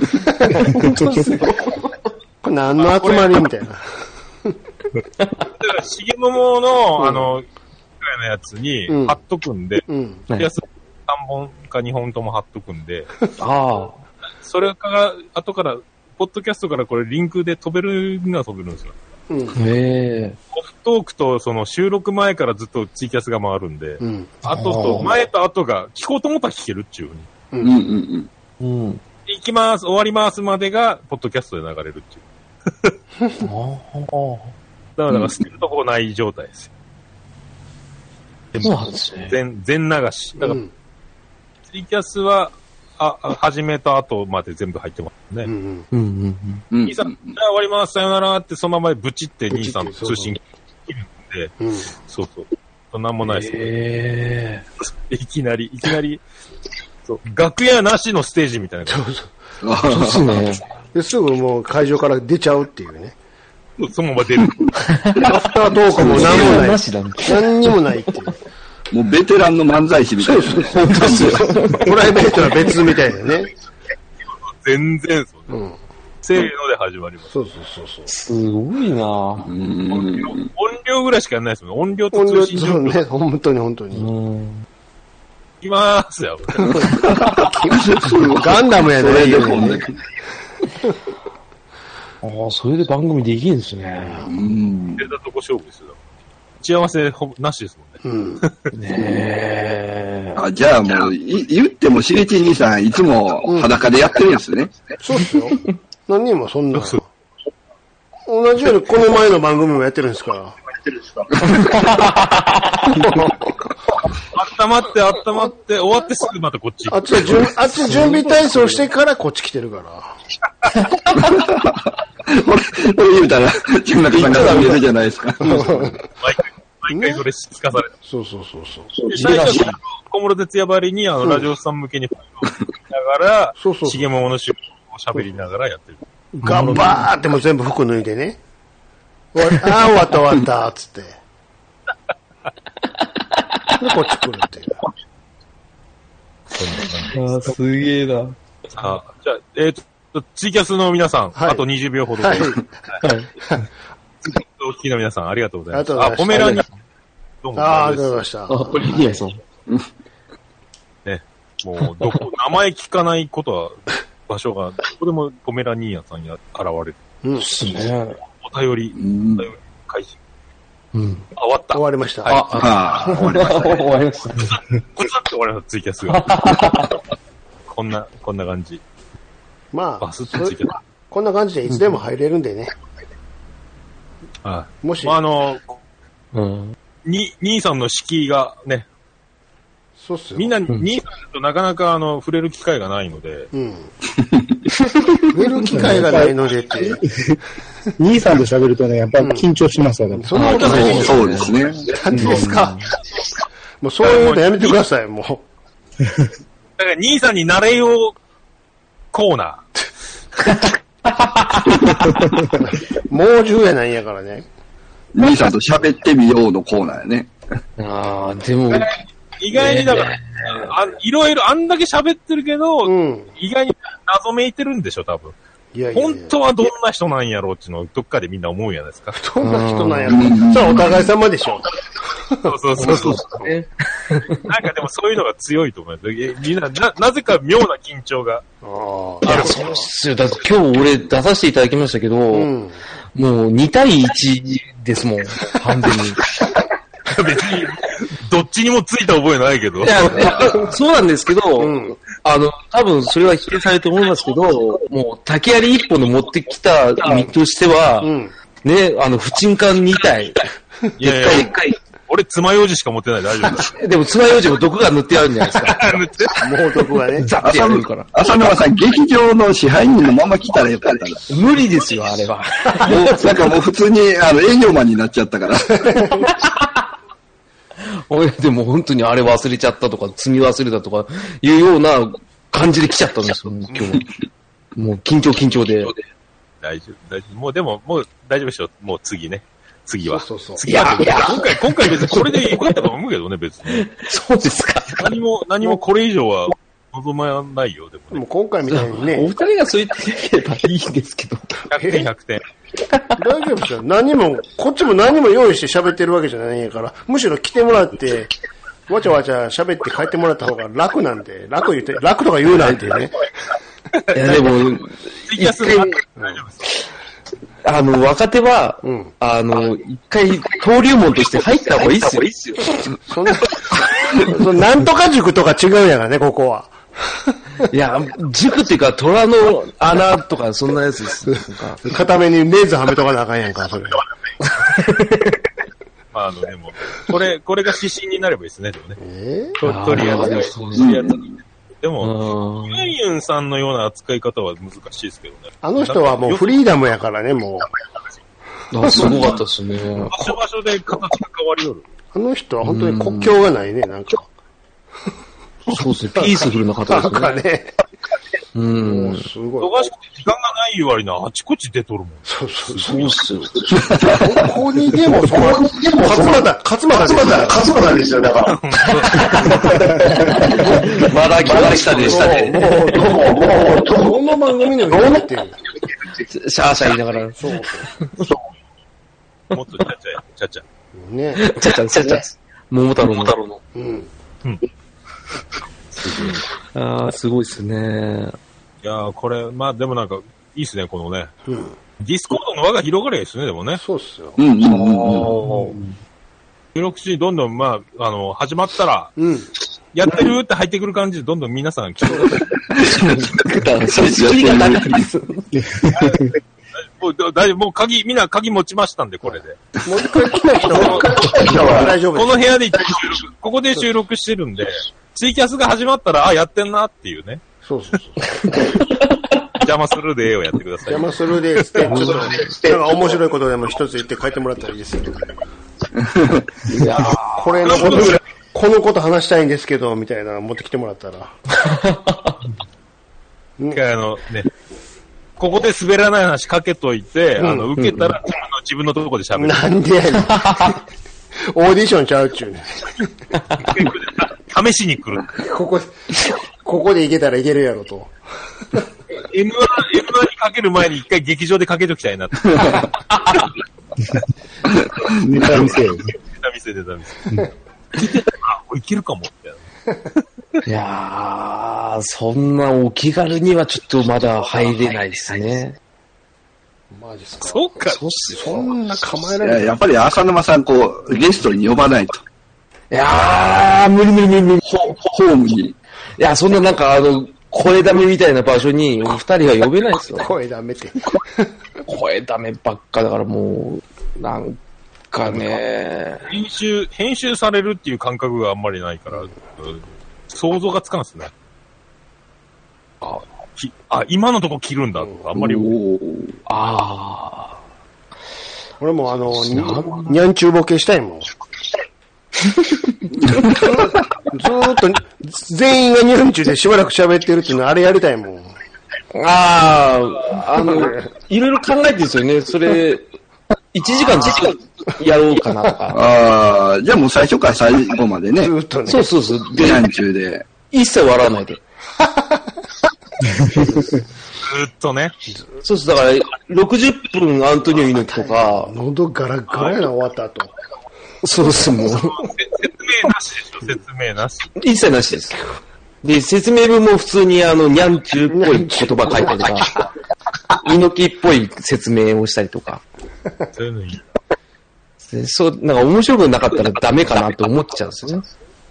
Speaker 3: これ何の集まりみたい
Speaker 2: だ
Speaker 3: な。
Speaker 2: から、しげももの、あの、ぐらいのやつに
Speaker 3: うん
Speaker 2: 貼っとくんで、
Speaker 3: うん。
Speaker 2: ツイキャス3本か2本とも貼っとくんで、
Speaker 4: ああ。
Speaker 2: それから、後から、ポッドキャストからこれリンクで飛べるには飛べるんですよ。
Speaker 3: うん。
Speaker 4: ええ。
Speaker 2: オフトークとその収録前からずっとツイキャスが回るんで、
Speaker 3: うん。
Speaker 2: 後と、前と後が、聞こうと思ったら聞けるっちゅうふうに。
Speaker 5: うんうんうん。
Speaker 4: うん。
Speaker 2: 行きます、終わりますまでが、ポッドキャストで流れるっていう。
Speaker 4: ああ。
Speaker 2: だから、だから捨てるとこない状態ですよ。で
Speaker 4: そう
Speaker 2: も
Speaker 4: なんですね。
Speaker 2: 全、全流し。だ
Speaker 3: う
Speaker 2: から、
Speaker 3: ん
Speaker 2: ツイキャスは、あ、あ始めた後まで全部入ってますね。
Speaker 3: うんう
Speaker 4: う
Speaker 3: ん
Speaker 4: んうんうん。
Speaker 5: うん
Speaker 2: 兄さん、じゃあ終わります、さよならって、そのままでブチって
Speaker 3: ブ
Speaker 2: 兄
Speaker 3: チって
Speaker 2: さんの通信切るんで、
Speaker 3: うん
Speaker 2: そうそう。そんなんもないです、
Speaker 4: え
Speaker 2: いきなり、いきなり、そう、楽屋なしのステージみたいな感
Speaker 4: えー。そうですね。
Speaker 3: ですぐもう会場から出ちゃうっていうね。
Speaker 2: じ。そのまま出る。
Speaker 3: アフタートークも何もない
Speaker 4: な。しだね。
Speaker 3: 何にもないっていう。
Speaker 5: もうベテランの漫才師みたいな。そうそう
Speaker 3: プライベートは別みたいなね。
Speaker 2: 全然そう、
Speaker 3: うん。
Speaker 2: せーので始まります。
Speaker 3: そうそうそうそう。
Speaker 4: すごいな
Speaker 2: 音量音量ぐらいしかやんないですもんね。音量と
Speaker 3: 音量
Speaker 2: 通信
Speaker 3: そ
Speaker 2: 状
Speaker 3: う
Speaker 2: 況。
Speaker 3: ね、本当に本当に。
Speaker 4: うん。
Speaker 2: いきまーすよ。
Speaker 3: ガンダムや
Speaker 5: そ
Speaker 3: ね。
Speaker 5: れでもね。
Speaker 4: ああ、それで番組できるんですね。
Speaker 5: うん
Speaker 2: 出たとこ勝負です よ。打ち合わせほぼなしですもんね。
Speaker 3: うん。
Speaker 4: ねえ。
Speaker 5: あじゃあもう、い言ってもしげち兄さん、いつも裸でやってるんですね。
Speaker 3: そうっすよ。何にもそんな。同じようにこの前の番組もやってるんですから。
Speaker 2: 温まって、温まって、終わってすぐまたこっち
Speaker 3: あ
Speaker 2: 行
Speaker 3: っちは準あっち準備体操してからこっち来てるから。
Speaker 5: 俺、俺言うたら、自分中さんが見えるじゃないですか。
Speaker 2: く。毎回、毎回それしつかされて。
Speaker 3: そうそうそうそう。
Speaker 2: で最初は小室哲也ばりに、あの、ラジオさん 向けに、ながら、
Speaker 3: そうそうそう
Speaker 2: 重桃の仕事を喋りながらやってる。
Speaker 3: 頑張っても全部服脱いでね。終わりああ、終わった終わった、つって。で、こっち来るっていう。
Speaker 4: ああ、すげえな。は
Speaker 2: さあ、じゃあ、えっ、と、ツイキャスの皆さん、
Speaker 3: はい
Speaker 2: あと20秒ほどで、
Speaker 3: はい。
Speaker 2: お聞きの皆さん、ありがとうございます。
Speaker 3: ありが
Speaker 2: ポ
Speaker 3: とうご
Speaker 2: メ
Speaker 3: ざいま
Speaker 2: ラ
Speaker 3: す
Speaker 2: ニアンどうも、
Speaker 3: ああ、あ
Speaker 2: あ
Speaker 3: り
Speaker 2: れ
Speaker 3: がとう
Speaker 2: で
Speaker 3: ございました。
Speaker 4: あ、これ、いや、そう。
Speaker 2: す。もう、どこ、名前聞かないことは、場所が、どこでもポメラニアンさんに現れる。
Speaker 3: うん。
Speaker 4: すね。
Speaker 2: お便り、
Speaker 5: うん
Speaker 2: お便り開始。
Speaker 4: うん。
Speaker 2: あ、終わった。
Speaker 3: 終わりました。
Speaker 2: はい
Speaker 5: ああ、終わりました
Speaker 4: 終わりました。
Speaker 2: これだって終わりました、ツイキャス が。こんな、こんな感じ。
Speaker 3: ま
Speaker 2: バ
Speaker 3: あ、
Speaker 2: スってツイキャス。
Speaker 3: こんな感じでいつでも入れるんでね。
Speaker 2: あ
Speaker 3: もし
Speaker 2: まあ、、あの、
Speaker 4: うん。
Speaker 2: に、兄さんの敷居がね、
Speaker 3: そうっすよ。
Speaker 2: みんな、
Speaker 4: ん
Speaker 2: 兄さんとなかなか、あの、触れる機会がないので、
Speaker 3: うん。出る機会がないのでっていう。
Speaker 1: 兄さんと喋るとね、やっぱり緊張しますわ、ね。
Speaker 3: そんなことない
Speaker 5: そうそうですね。
Speaker 3: なんでですか。もうそういうのやめてください、も
Speaker 2: だから兄さんに慣れようコーナ
Speaker 3: う。猛獣やなんやからね。
Speaker 5: 兄さんと喋ってみようのコーナーやね。
Speaker 4: ああ、でも、
Speaker 2: ー。意外にだから、あいろいろあんだけ喋ってるけど、
Speaker 3: うん。
Speaker 2: 意外に謎めいてるんでしょ、多分。
Speaker 3: いやいやいや
Speaker 2: 本当はどんな人なんやろうっていうのをどっかでみんな思うじゃないですか。
Speaker 3: どんな人なんやろ。それはお互い様でしょ。
Speaker 2: そうそうそうそう。なんかでもそういうのが強いと思います。えみんな、な、なぜか妙な緊張が。
Speaker 3: あ
Speaker 4: いや、そうっすよ。だって今日俺出させていただきましたけど、
Speaker 3: あ。うん。
Speaker 4: もう2対1ですもん、完全に。い
Speaker 2: 別に、どっちにもついた覚えないけど。
Speaker 4: や、いやそうなんですけど、
Speaker 3: うん
Speaker 4: あの、多分それは否定されると思いますけど、もう竹槍一本の持ってきた身としては、
Speaker 3: うん。
Speaker 4: ね、あの、不沈艦2体、
Speaker 2: いやいや
Speaker 4: でっかいでっ
Speaker 2: 俺、爪楊枝しか持ってない、大丈夫 だ。
Speaker 4: かい。でも爪楊枝も毒が塗ってあるんじゃないです か。
Speaker 3: 猛毒がね。
Speaker 4: ザッてやれ
Speaker 5: 浅野
Speaker 4: るから。
Speaker 5: 浅沼さん、劇場の支配人のまま来たらよかったな
Speaker 4: 無理ですよ、あれは。
Speaker 5: もう、なんかもう普通に、あの、営業マンになっちゃったから。
Speaker 4: 俺、でも本当にあれ忘れちゃったとか、積み忘れたとか、いうような感じで来ちゃったんですよ、今日。もう緊張緊張で。
Speaker 2: 大丈夫、大丈夫。もうでも、もう大丈夫でしょ。もう次ね。次は。
Speaker 3: そうそうそう。
Speaker 2: 次はっていうか今回、今回別にこれでよかったと思うけどね、別に。
Speaker 4: そうですか。
Speaker 2: 何も、何もこれ以上は望まないよ、でも
Speaker 3: もう
Speaker 2: ね。
Speaker 3: 今回みたいに
Speaker 4: お二
Speaker 3: ね、
Speaker 4: 人がそう言ってくれればいいんですけど。
Speaker 2: 100点、100点。
Speaker 3: 大丈夫ですよ。何も、こっちも何も用意して喋ってるわけじゃないんやから、むしろ来てもらって、わちゃわちゃ喋って帰ってもらった方が楽なんで、楽言って、楽とか言うなんてね。
Speaker 4: いや、でも、
Speaker 2: ツイキャス
Speaker 4: 一回
Speaker 2: 大丈夫です。
Speaker 4: あの、若手は、
Speaker 3: ん
Speaker 4: あの、一回、登竜門として入った方がいいっすよ。
Speaker 3: そんな、そのなんとか塾とか違うんやからね、ここは。
Speaker 4: いや、塾っていうか、虎の穴とか、そんなやつです。なんか
Speaker 3: 片目にレーズはめとかなあかんやんか、それ。
Speaker 2: まあの、でも、これ、これが指針になればいいですね、でもね。
Speaker 3: え
Speaker 2: ととりあ
Speaker 4: あーで
Speaker 2: え
Speaker 4: も
Speaker 2: ず、
Speaker 4: そう
Speaker 2: と
Speaker 4: ですね
Speaker 2: りあえず。でも、
Speaker 4: うん
Speaker 2: ユンユンさんのような扱い方は難しいですけどね。
Speaker 3: あの人はもうフリーダムやからね、もう。
Speaker 4: あすごかったですね。
Speaker 2: 場所場所で形が変わりよる。
Speaker 3: あの人は本当に国境がないね、なんか。
Speaker 4: そうですね。ピースフルな方
Speaker 3: なん
Speaker 4: です
Speaker 3: か
Speaker 4: ね。
Speaker 3: ね。
Speaker 4: う。
Speaker 3: もうんすごい。
Speaker 2: 忙しくて時間がない割にあちこち出とるもん。
Speaker 3: そうそうそう。
Speaker 4: そうっすよ。
Speaker 3: ここにでも、そこにでも、勝俣、勝俣で
Speaker 6: 勝
Speaker 3: す
Speaker 6: 村、勝村ですよ、だから。
Speaker 4: まだ来ましたでしたね。
Speaker 6: もう、もう、ど
Speaker 3: どの番組でも言ってる。
Speaker 4: シャーシャー言いながら。
Speaker 3: そうそ
Speaker 2: もっとちゃちゃい、ちゃちゃい。
Speaker 3: う。ね。
Speaker 4: ちゃちゃちゃちゃ。桃太郎桃太郎の。
Speaker 3: うん。
Speaker 4: ああ、すごいですね。
Speaker 2: いやー、これ、まあでもなんか、いいっすね、このね。ディスコードの輪が広がりゃいいっすね、でもね。
Speaker 3: そうっすよ。
Speaker 5: うんうんうんうん。
Speaker 2: 収録し、どんどん、まあ、あの、始まったら、
Speaker 3: うん。
Speaker 2: やってるって入ってくる感じで、どんどん皆さん来てください
Speaker 4: それ仕切りが長いです。
Speaker 2: もう、だ大丈夫もう鍵、みんな鍵持ちましたんで、これで。
Speaker 3: もう一回来た人は、大丈夫
Speaker 2: こ
Speaker 3: で
Speaker 2: の部屋で一回収録、ここで収録してるんで、ツイキャスが始まったら、あ、やってんなっていうね。
Speaker 3: す。そうそうそう。
Speaker 2: 邪魔するでをやってください。
Speaker 3: 邪魔するですって、ちょっと、なんか面白いことでも一つ言って書いてもらったらいいですよ。いやーこれのこと、このこと話したいんですけど、みたいな持ってきてもらったら。
Speaker 2: 一回あの、ね、ここで滑らない話かけといて、
Speaker 3: ん
Speaker 2: あの、受けたら、あの自分のとこで喋る。
Speaker 3: なんでやねん。オーディションちゃうっちゅうねん。
Speaker 2: 試しに来る。
Speaker 3: ここ、ここでいけたらいけるやろと。
Speaker 2: M1、M1 にかける前に一回劇場でかけときたいなって。
Speaker 1: ネタ見せよ。
Speaker 2: 出た店、出た店。あ、これいけるかもって。
Speaker 4: いやー、そんなお気軽にはちょっとまだ入れないですね。
Speaker 3: マジっすか。
Speaker 2: そうか。
Speaker 4: そうっすよ。
Speaker 3: そんな構え
Speaker 5: い
Speaker 3: ら
Speaker 5: や
Speaker 3: れない。
Speaker 5: やっぱり浅沼さん、こう、ゲストに呼ばないと。
Speaker 4: いやー、無理無理無理無理。
Speaker 5: ホホームに。
Speaker 4: いや、そんななんかあの、声ダメみたいな場所にお二人は呼べないですよ。
Speaker 3: 声ダメって。
Speaker 4: 声ダメばっかだからもう、なんかね、
Speaker 2: 編集、編集されるっていう感覚があんまりないから、うん想像がつかんですね。あ、きあ今のとこ切るんだとか、あんまり、
Speaker 5: おー
Speaker 4: あ
Speaker 3: 俺もあの、ににゃんちゅうボケしたいも ん。ずーっと、全員がにゃんちゅうでしばらく喋ってるっていうのはあれやりたいもん。
Speaker 4: ー、あー、 あの、いろいろ考えてるんですよね。それ、1時間時間やろうかなと か。
Speaker 5: ああ、じゃあもう最初から最後までね
Speaker 3: ず、ーっとね。
Speaker 4: そうそうそう。で
Speaker 5: 避、難中で。
Speaker 4: 一切笑わないで。
Speaker 2: ずっとね。
Speaker 4: そうそう、だから、60分アントニオ猪木とか、
Speaker 3: 喉ガラガラやな、終わった後。
Speaker 4: そうそう、もう、
Speaker 2: 説明なしでしょ、説明なし。
Speaker 4: 一切なしです。で、説明文も普通にあの、にゃんちゅうっぽい言葉書いたりとか、猪木っぽい説明をしたりとか。
Speaker 2: そういうのに、
Speaker 4: でそう、なんか面白くなかったらダメかなと思っちゃうんですよね。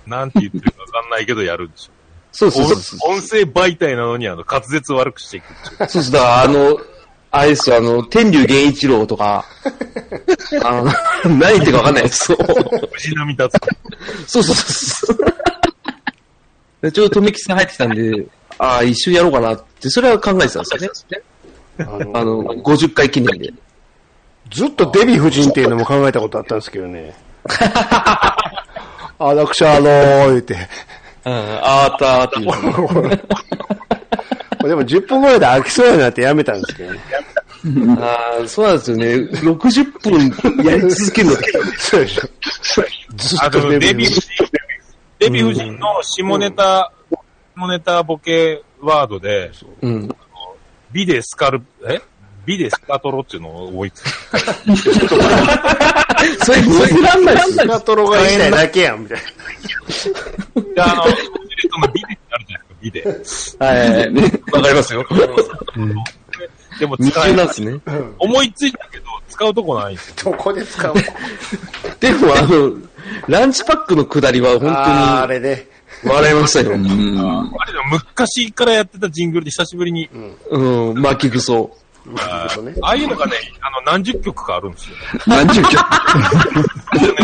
Speaker 2: なんて言ってるかわかんないけどやるんでしょ。
Speaker 4: そうそう
Speaker 2: 音
Speaker 4: そうそう。
Speaker 2: 音声媒体なのに、あの、滑舌悪くしていくっていう。
Speaker 4: そうそう、だからあの、あれですよ、あの、天竜源一郎と か、あの、何言ってるかわかんないです。そう
Speaker 2: 藤波達子。
Speaker 4: そうそうそうそう。 でちょうど富木さん入ってきたんで、ああ、一緒にやろうかなって、それは考えてたんですよね。
Speaker 3: あの
Speaker 4: あの、50回記念で。
Speaker 3: ずっとデヴィ夫人っていうのも考えたことあったんですけど ね。あ、私あのー、言って。
Speaker 4: うん、あーたーっていう。
Speaker 3: でも10分ぐらいで飽きそうやなってやめたんですけどね。
Speaker 4: ああ、そうなんですよね。60分やり続けるのって
Speaker 3: そうでしょ。ず
Speaker 2: あ
Speaker 3: っ
Speaker 2: の
Speaker 3: と、
Speaker 2: デ
Speaker 3: デ
Speaker 2: ヴ
Speaker 3: ヴ
Speaker 2: ィ夫
Speaker 3: ィ夫
Speaker 2: 人、デヴィ夫人の下ネタ、下ネタボケワードで、
Speaker 4: うん。
Speaker 2: 美でスカル、え美でスカトロっていうのを覚えてた。
Speaker 4: それ、譲らんないです
Speaker 3: 人がトロが言いたいだけやん、みたい
Speaker 2: で、あの、その美でってあるじゃないですか、
Speaker 4: はいはいはい。わかりますよ。
Speaker 2: 美で。でも
Speaker 4: 夢
Speaker 2: 使えな
Speaker 4: 中ないんですね。
Speaker 2: 思いついたけど、使うとこないんですよ。
Speaker 3: な。どこで使う
Speaker 4: でも、あの、ランチパックの下りは
Speaker 3: あーあ
Speaker 4: 本
Speaker 3: れね。
Speaker 4: 当に笑いましたよ。
Speaker 5: うん。
Speaker 2: あれでも昔からやってたジングルで久しぶりに、
Speaker 4: うん、巻きぐそ。
Speaker 2: ああいうのがね、あの、何十曲かあるんですよ。
Speaker 5: 何十曲。
Speaker 2: でね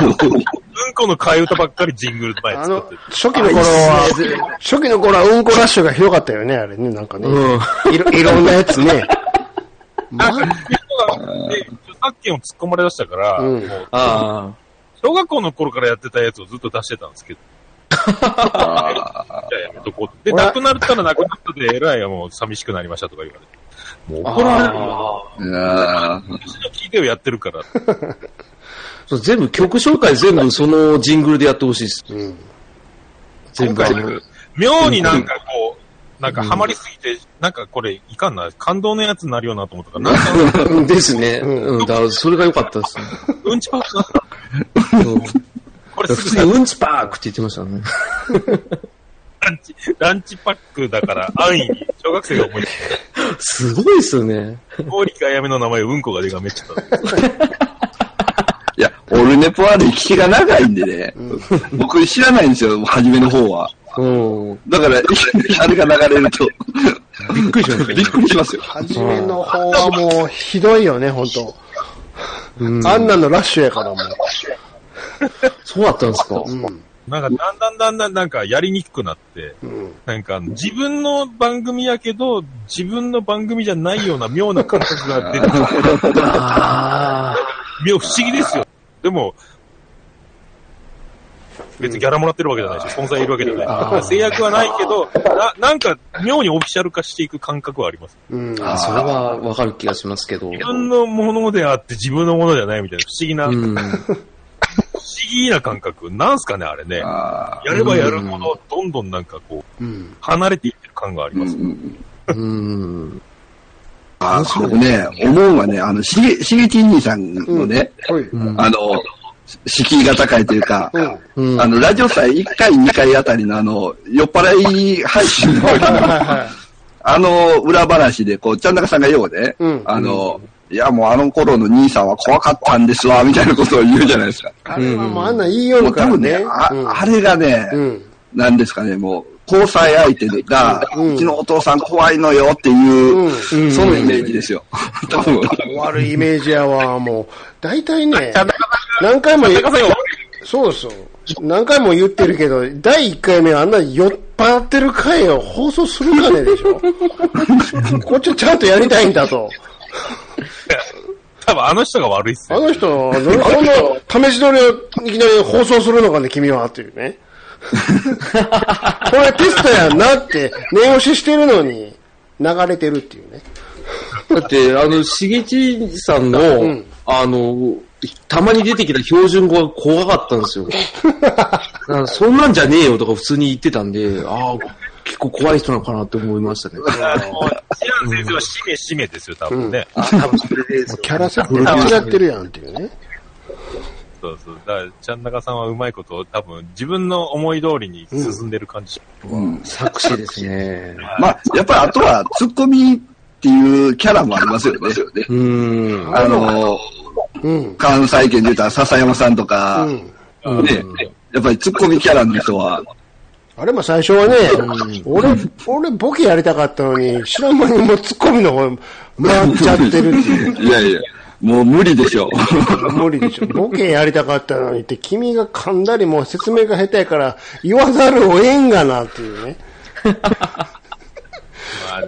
Speaker 2: うんこの替え歌ばっかりジングル前
Speaker 3: あ
Speaker 2: 作
Speaker 3: の
Speaker 2: ってる。、
Speaker 3: 初期の頃は、初期の頃はうんこラッシュがひどかったよね、あれね、なんかね。いろいろんなやつね。
Speaker 2: なん か、で著作権を突っ込まれ出したから、
Speaker 3: うん
Speaker 2: もう
Speaker 4: あ
Speaker 2: 小学校の頃からやってたやつをずっと出してたんですけど、
Speaker 5: あー
Speaker 2: じゃあやめとこうって。で、
Speaker 3: 俺
Speaker 2: なくなったらなくなったで、えらいもう寂しくなりましたとか言われて。もう怒られるよ。
Speaker 5: あー。
Speaker 2: 私の聞いてをやってるから。
Speaker 4: あ。全部、曲紹介全部そのジングルでやってほしいです。
Speaker 3: うん。
Speaker 4: 全部。
Speaker 2: 妙になんかこう、なんかハマりすぎて、なんかこれいかんな、感動のやつになるよなと思ったから、なんか
Speaker 4: ですね。うん。だから、それが良かったですね。
Speaker 2: うんちパック
Speaker 4: うん
Speaker 2: これ
Speaker 4: 普
Speaker 2: す
Speaker 4: 通
Speaker 2: ぐ
Speaker 4: に
Speaker 2: に
Speaker 4: うんちパークって言ってましたね。
Speaker 2: ランチ、ランチパックだから安易に、小学生が思いつい
Speaker 4: すごいですよね。
Speaker 2: た、氷かやめの名前うんこが出がめっちゃった。
Speaker 5: いや、オルネポは歴史が長いんでね。僕知らないんですよ、初めの方は。
Speaker 4: うん。
Speaker 5: だから、 あれが流れると、
Speaker 4: びっくりしました
Speaker 5: びっくりしますよ。
Speaker 3: 初めの方はもう、ひどいよね、本当
Speaker 4: うん
Speaker 3: あんなのラッシュやからも
Speaker 4: そうだったんですか。
Speaker 3: う。うん。
Speaker 2: なんかだんだんだんだんなんかやりにくくなって、
Speaker 3: うん。
Speaker 2: なんかあの自分の番組やけど、自分の番組じゃないような妙な感覚が出てくる。
Speaker 4: あ
Speaker 2: 妙不思議ですよ。でも、別にギャラもらってるわけじゃないし、存在いるわけじゃないしだから制約はないけど、ななんか妙にオフィシャル化していく感覚はあります。
Speaker 3: うん。
Speaker 4: あ。それはわかる気がしますけど。
Speaker 2: 自分のものであって自分のものじゃないみたいな不思議な、不思
Speaker 4: うん。
Speaker 2: 議な感覚。なんすかね、あれね。
Speaker 5: あ
Speaker 2: やればやるほど、どんどんなんかこう、
Speaker 3: うん。
Speaker 2: 離れていってる感があり
Speaker 5: ーう
Speaker 2: ま
Speaker 5: ん
Speaker 2: す。
Speaker 5: うん
Speaker 4: うん。
Speaker 5: あー、僕ね、思うはね、あの、しげ、しげちん兄さんのね、
Speaker 3: ほい。
Speaker 4: うん
Speaker 5: あの、敷居が高いというか、
Speaker 3: うん。
Speaker 4: うん
Speaker 5: あの、ラジオ祭1回、2回あたりのあの、酔っ払い配信の、 あの、裏話で、こう、ちゃんなかさんがようね、
Speaker 3: うん
Speaker 5: あの、いや、もうあの頃の兄さんは怖かったんですわ、みたいなことを言うじゃないですか。
Speaker 3: あれはもうあんなん言いよ
Speaker 5: も
Speaker 3: る
Speaker 5: う
Speaker 3: か
Speaker 5: 多
Speaker 3: ら
Speaker 5: 分
Speaker 3: ね。
Speaker 5: ね、あ
Speaker 3: うん
Speaker 5: あれがね、
Speaker 3: うん。
Speaker 5: なんですかね、もう、交際相手が、
Speaker 3: うん
Speaker 5: うちのお父さん怖いのよっていう、
Speaker 4: うん
Speaker 5: そのイメージですよ。 多分。
Speaker 3: 悪いイメージやわ、もう。大体ね、何回も言う、そうそう。何回も言ってるけど、第1回目あんな酔っ払ってる回を放送するかねでしょこっちはちゃんとやりたいんだと。
Speaker 2: 多分あの人が悪いっす
Speaker 3: あ
Speaker 2: よ。
Speaker 3: の人、この試し撮りをいきなり放送するのかね、君は、っていうね。これテストやんなって、念押ししてるのに、流れてるっていうね。
Speaker 4: だって、あの、しげちさんの、
Speaker 3: うん
Speaker 4: あの、たまに出てきた標準語が怖かったんですよ。 なんかそんなんじゃねえよとか普通に言ってたんで、ああ、結構怖い人なのかなって思いましたね。
Speaker 2: あの、シアン先生はしめしめですよ、多分ね。
Speaker 3: キャラ設定間違ってるやんっていうね。
Speaker 2: そうそう。だから、ちゃんなかさんはうまいこと、多分自分の思い通りに進んでる感じ。
Speaker 5: うん
Speaker 4: 作詞ですね。
Speaker 5: まあ、やっぱりあとは、ツッコミっていうキャラもありますよね。
Speaker 4: うーん。
Speaker 5: あの、
Speaker 3: うん。
Speaker 5: 関西圏で言ったら笹山さんとか、
Speaker 3: うん。
Speaker 5: ね、やっぱりツッコミキャラの人は、
Speaker 3: あれも最初はね、俺、俺ボケやりたかったのに、知らん間にもうツッコミの方に回っちゃってるっていう。
Speaker 5: いやいや、もう無理でしょ。
Speaker 3: 無理でしょ。ボケやりたかったのにって、君が噛んだりもう説明が下手やから、言わざるを得んがなっていうね。
Speaker 2: まあね、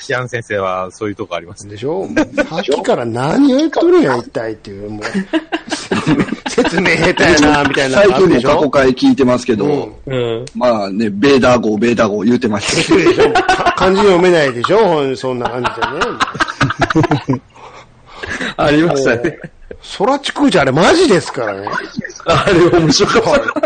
Speaker 2: シアン先生はそういうとこありますね。
Speaker 3: でしょさっきから何を言っとるんや、一体っていう、もう。説明下手やな、みたいな
Speaker 5: 最
Speaker 3: のある
Speaker 5: 近
Speaker 3: で
Speaker 5: も
Speaker 3: し
Speaker 5: 過去
Speaker 3: ょ。
Speaker 5: 回聞いてますけど、
Speaker 3: うん
Speaker 4: うん。
Speaker 5: まあね、ベーダー号、ベーダー号言うてましたけ ど。
Speaker 3: か漢字読めないでしょほんそんな感じでね。
Speaker 4: ありましたね。
Speaker 3: 空地空地あれマジですからね。
Speaker 4: あれ面白かった。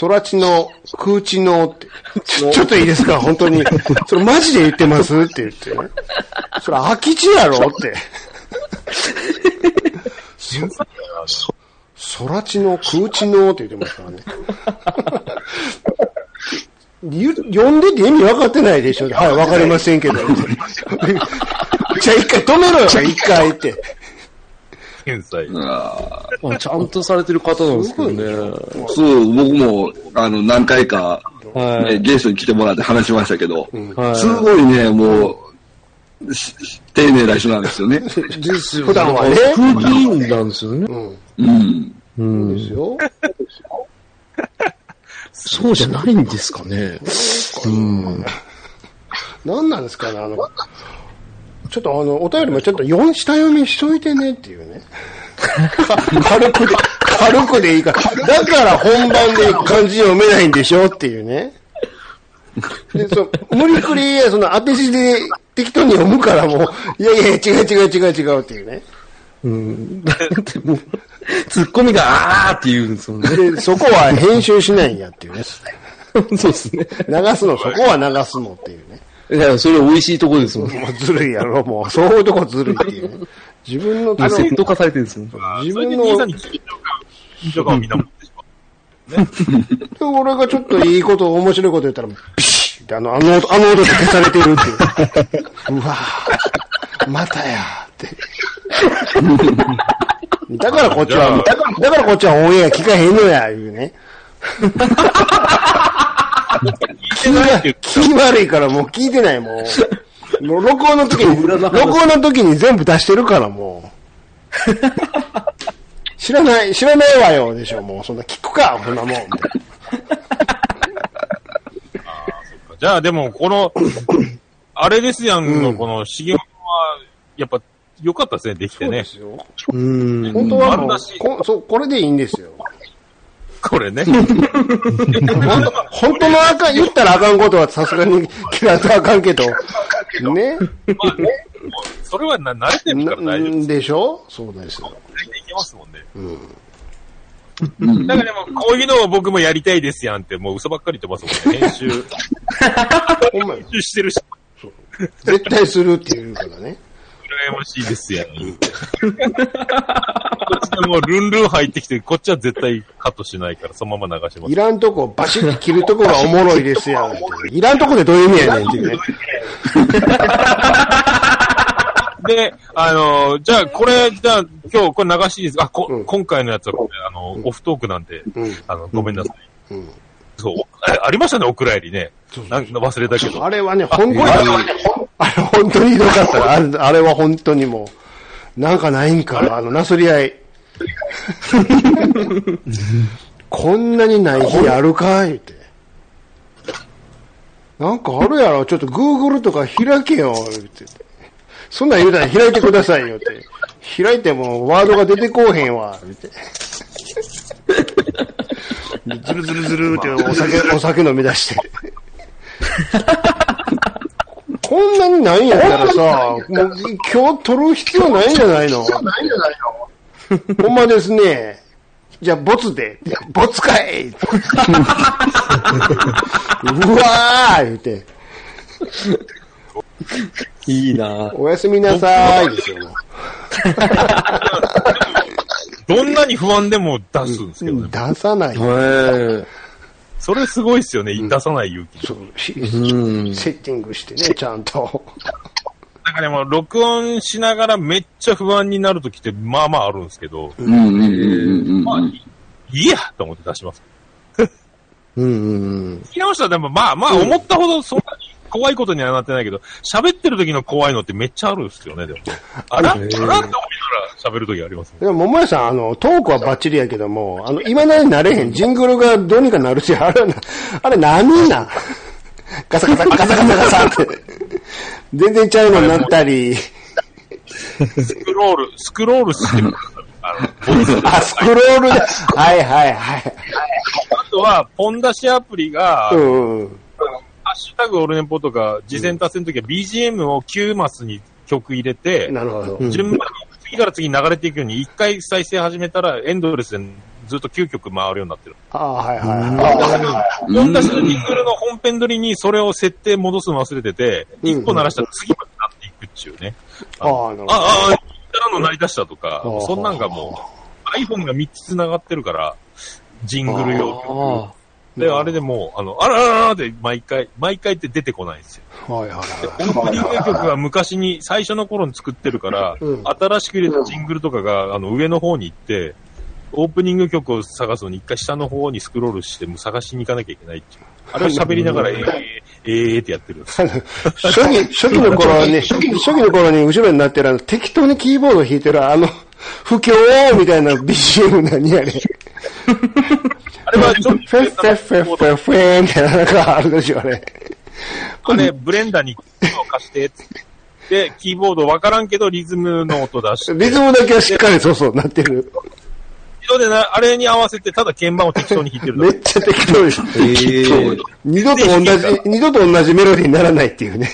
Speaker 3: 空地の空地のって。ちょちょっといいですか本当に。それマジで言ってますって言ってね。それ空き地やろって。 空地の空地のって言ってますからね。ゆ呼んでて意味分かってないでしょはい、分かりませんけど。じゃあ一回止めろよ、一回って。
Speaker 2: 天才。
Speaker 4: あちゃんとされてる方なんですけどね。
Speaker 5: そう、僕も、あの、何回か、
Speaker 4: は
Speaker 5: ね、
Speaker 4: い。
Speaker 5: ゲストに来てもらって話しましたけど、
Speaker 4: はい
Speaker 5: すごいね、もう、し 丁寧な人なんですよね。
Speaker 4: ですよ
Speaker 3: 普段はね
Speaker 4: 空気なんですよね。
Speaker 5: うん。
Speaker 4: う
Speaker 3: そうで
Speaker 4: ん
Speaker 3: す。よ。
Speaker 4: そうじゃないんですかね。うん。
Speaker 3: 何なんですかね、あの、ちょっとあの、お便りもちょっと4下読みしといてねっていうね。軽くで、軽くでいいから。だから本番で漢字読めないんでしょっていうね。で、そう、無理くり、その当て字で適当に読むからもう、いやいや、違う違う違う違うっていうね。
Speaker 4: うん。だってもう、ツッコミがあーって言うんですもんね。
Speaker 3: で、そこは編集しないんやっていうね。
Speaker 4: そうですね。
Speaker 3: 流すの、そこは流すのっていうね。
Speaker 4: いや、それ美味しいとこですもん。
Speaker 3: もうずるいやろ、もう。そういうとこずるいっていうね。 自分の、
Speaker 4: もうセット化されてるんですもん。
Speaker 3: 自
Speaker 2: それ
Speaker 3: 分
Speaker 2: で
Speaker 3: の、
Speaker 2: 兄さんに緊張感、緊張感をみんな持ってしまう。
Speaker 3: で俺がちょっといいこと、面白いこと言ったら、ピシッってあの、あの音、あの音で消されてるって いう。うわぁ、またやー って。だからこっちは、だからだからこっちはオンエア聞かへんのや、いうね。気が、気悪いからもう聞いてない、もう。もう録音の時に、録音の時に全部出してるから、もう。知らない、知らないわよ、でしょ、もう。そんな聞くか、そんなもん。みたいな
Speaker 2: じゃあでも、この、あれですやんの、この、しげは、やっぱ、良かったですね、できてね。
Speaker 3: そうですよ。
Speaker 4: うん。
Speaker 3: 本当はも
Speaker 2: 丸
Speaker 3: う
Speaker 2: 出し
Speaker 3: こ、そう、これでいいんですよ。
Speaker 2: これね。
Speaker 3: 本当本当のあかん、言ったらあかんことはさすがに嫌いとあかんけど。ね。
Speaker 2: まあね、それはな慣れてるから大丈夫
Speaker 3: んでしょそうですよ。
Speaker 2: できますもんね。だからでも、こういうのを僕もやりたいですやんって、もう嘘ばっかり言ってますもん ね。編集、編
Speaker 3: ほんまに
Speaker 2: 集してるし、
Speaker 3: 絶対するっていうからね。
Speaker 2: 羨ましいですやん、言うて。こっちはもうルンルン入ってきて、こっちは絶対カットしないから、そのまま流しま
Speaker 3: い
Speaker 2: す。
Speaker 3: らんとこバシッと切るとこがおもろいですやんって。いらんとこでどういう意味やねんっていうね。
Speaker 2: で、あのーじゃあ、これ、じゃあ、今日、これ流しいいですかあ、こ、
Speaker 3: うん
Speaker 2: 今回のやつはこれ、あの、オフトークなんで、
Speaker 3: うん
Speaker 2: あの、ごめんなさい。
Speaker 3: うん
Speaker 2: そう、あありましたね、お蔵入りね。なんか忘れたけど。
Speaker 3: あれはね、本当に、あれ本当にひどかった。あれあれは本当にもう、なんかないんか、あの、なすり 合い。こんなにない日あるかいって。なんかあるやろ、ちょっと Google とか開けよ、言って。そんなん言うたら開いてくださいよって。開いてもワードが出てこうへん わ、言って。ずるずるずるってお 酒、お酒飲み出して。こんなにないんやったらさ、もう今日取る必要ないんじゃな
Speaker 6: ないん
Speaker 3: いの
Speaker 6: じゃない
Speaker 3: ほんまですね。じゃあ、ボツで。ボツかい うわー言って、
Speaker 4: いいなぁ。
Speaker 3: おやすみなさーいですよ。も
Speaker 2: どんなに不安でも出すんですけどね
Speaker 3: う。出さない。
Speaker 4: へ
Speaker 2: それすごいっすよね、出さない勇気。
Speaker 3: そうし
Speaker 4: ぇうん。
Speaker 3: セッティングしてね、ちゃんと。
Speaker 2: なんかでも、録音しながらめっちゃ不安になるときって、まあまああるんですけど、
Speaker 5: うんうんうんうん
Speaker 2: ま
Speaker 5: う
Speaker 2: あ、
Speaker 5: ん。
Speaker 2: いいやと思って出します。
Speaker 4: うんうん
Speaker 2: 聞き直したら、でもまあまあ、思ったほどそんなに怖いことにはなってないけど、喋ってる時の怖いのってめっちゃあるんですよね、でも。あらあらって思いながら喋る時ありますね。
Speaker 3: でも、桃屋さん、あの、トークはバッチリやけども、あの、今なりになれへん。ジングルがどうにかなるし、あれな、あれ何なんガサガサ、ガサガサガサって。全然ちゃうのになったり、
Speaker 2: スクロール、スクロールしてる。あの、
Speaker 3: あ、スクロールだ。はいはいはい。
Speaker 2: あとは、ポン出しアプリが、
Speaker 3: うんうん。
Speaker 2: ハッシュタグオルネポとか、事前達成の時は BGM を9マスに曲入れて、
Speaker 3: なるほど。
Speaker 2: 順番に次から次に流れていくように、一回再生始めたら、エンドレスでずっと9曲回るようになってる。
Speaker 3: ああ、はいはいは
Speaker 2: 同じのリングルの本編撮りに、それを設定戻すの忘れてて、
Speaker 3: うん
Speaker 2: 一個鳴らしたら次までなっていくっちゅうね。
Speaker 3: い。ああ、なるほど。
Speaker 2: ああ、ああ、からの鳴り出したとか
Speaker 3: ああ、
Speaker 2: そんなんがもう、iPhone が3つ繋がってるから、ジングル用曲。
Speaker 4: あ
Speaker 2: で、あれでもう、あの、あらあらあらって毎回、毎回って出てこないんですよ。
Speaker 3: はいはい
Speaker 2: オ
Speaker 3: は
Speaker 2: ープニング曲は昔に、最初の頃に作ってるから、
Speaker 3: うん
Speaker 2: 新しく入れたジングルとかが、あの、上の方に行って、オープニング曲を探すのに一回下の方にスクロールして、もう探しに行かなきゃいけないっていう。あれを喋りながら、えー、えー、えーってやってるんですよ。
Speaker 3: い。初期、初期の頃に、初期の頃に後ろになってるあの、適当にキーボード弾いてるあの、不況みたいな BGM 何あれ。
Speaker 2: あれはちょっ
Speaker 3: フェッフェッフェッフェッフェーみたいな、なんかあるでしょ、あれ。
Speaker 2: と、あれ、ブレンダーに機能貸して、つってで、キーボードわからんけど、リズムの音出して、
Speaker 3: リズムだけはしっかり、そうそう、なってる。
Speaker 2: 後でな、あれに合わせて、ただ鍵盤を適当に弾いてるだ
Speaker 3: め
Speaker 2: け。
Speaker 3: っちゃ適当です。
Speaker 4: ええ
Speaker 3: 二度と同じ、二度と同じメロディーにならないっていうね。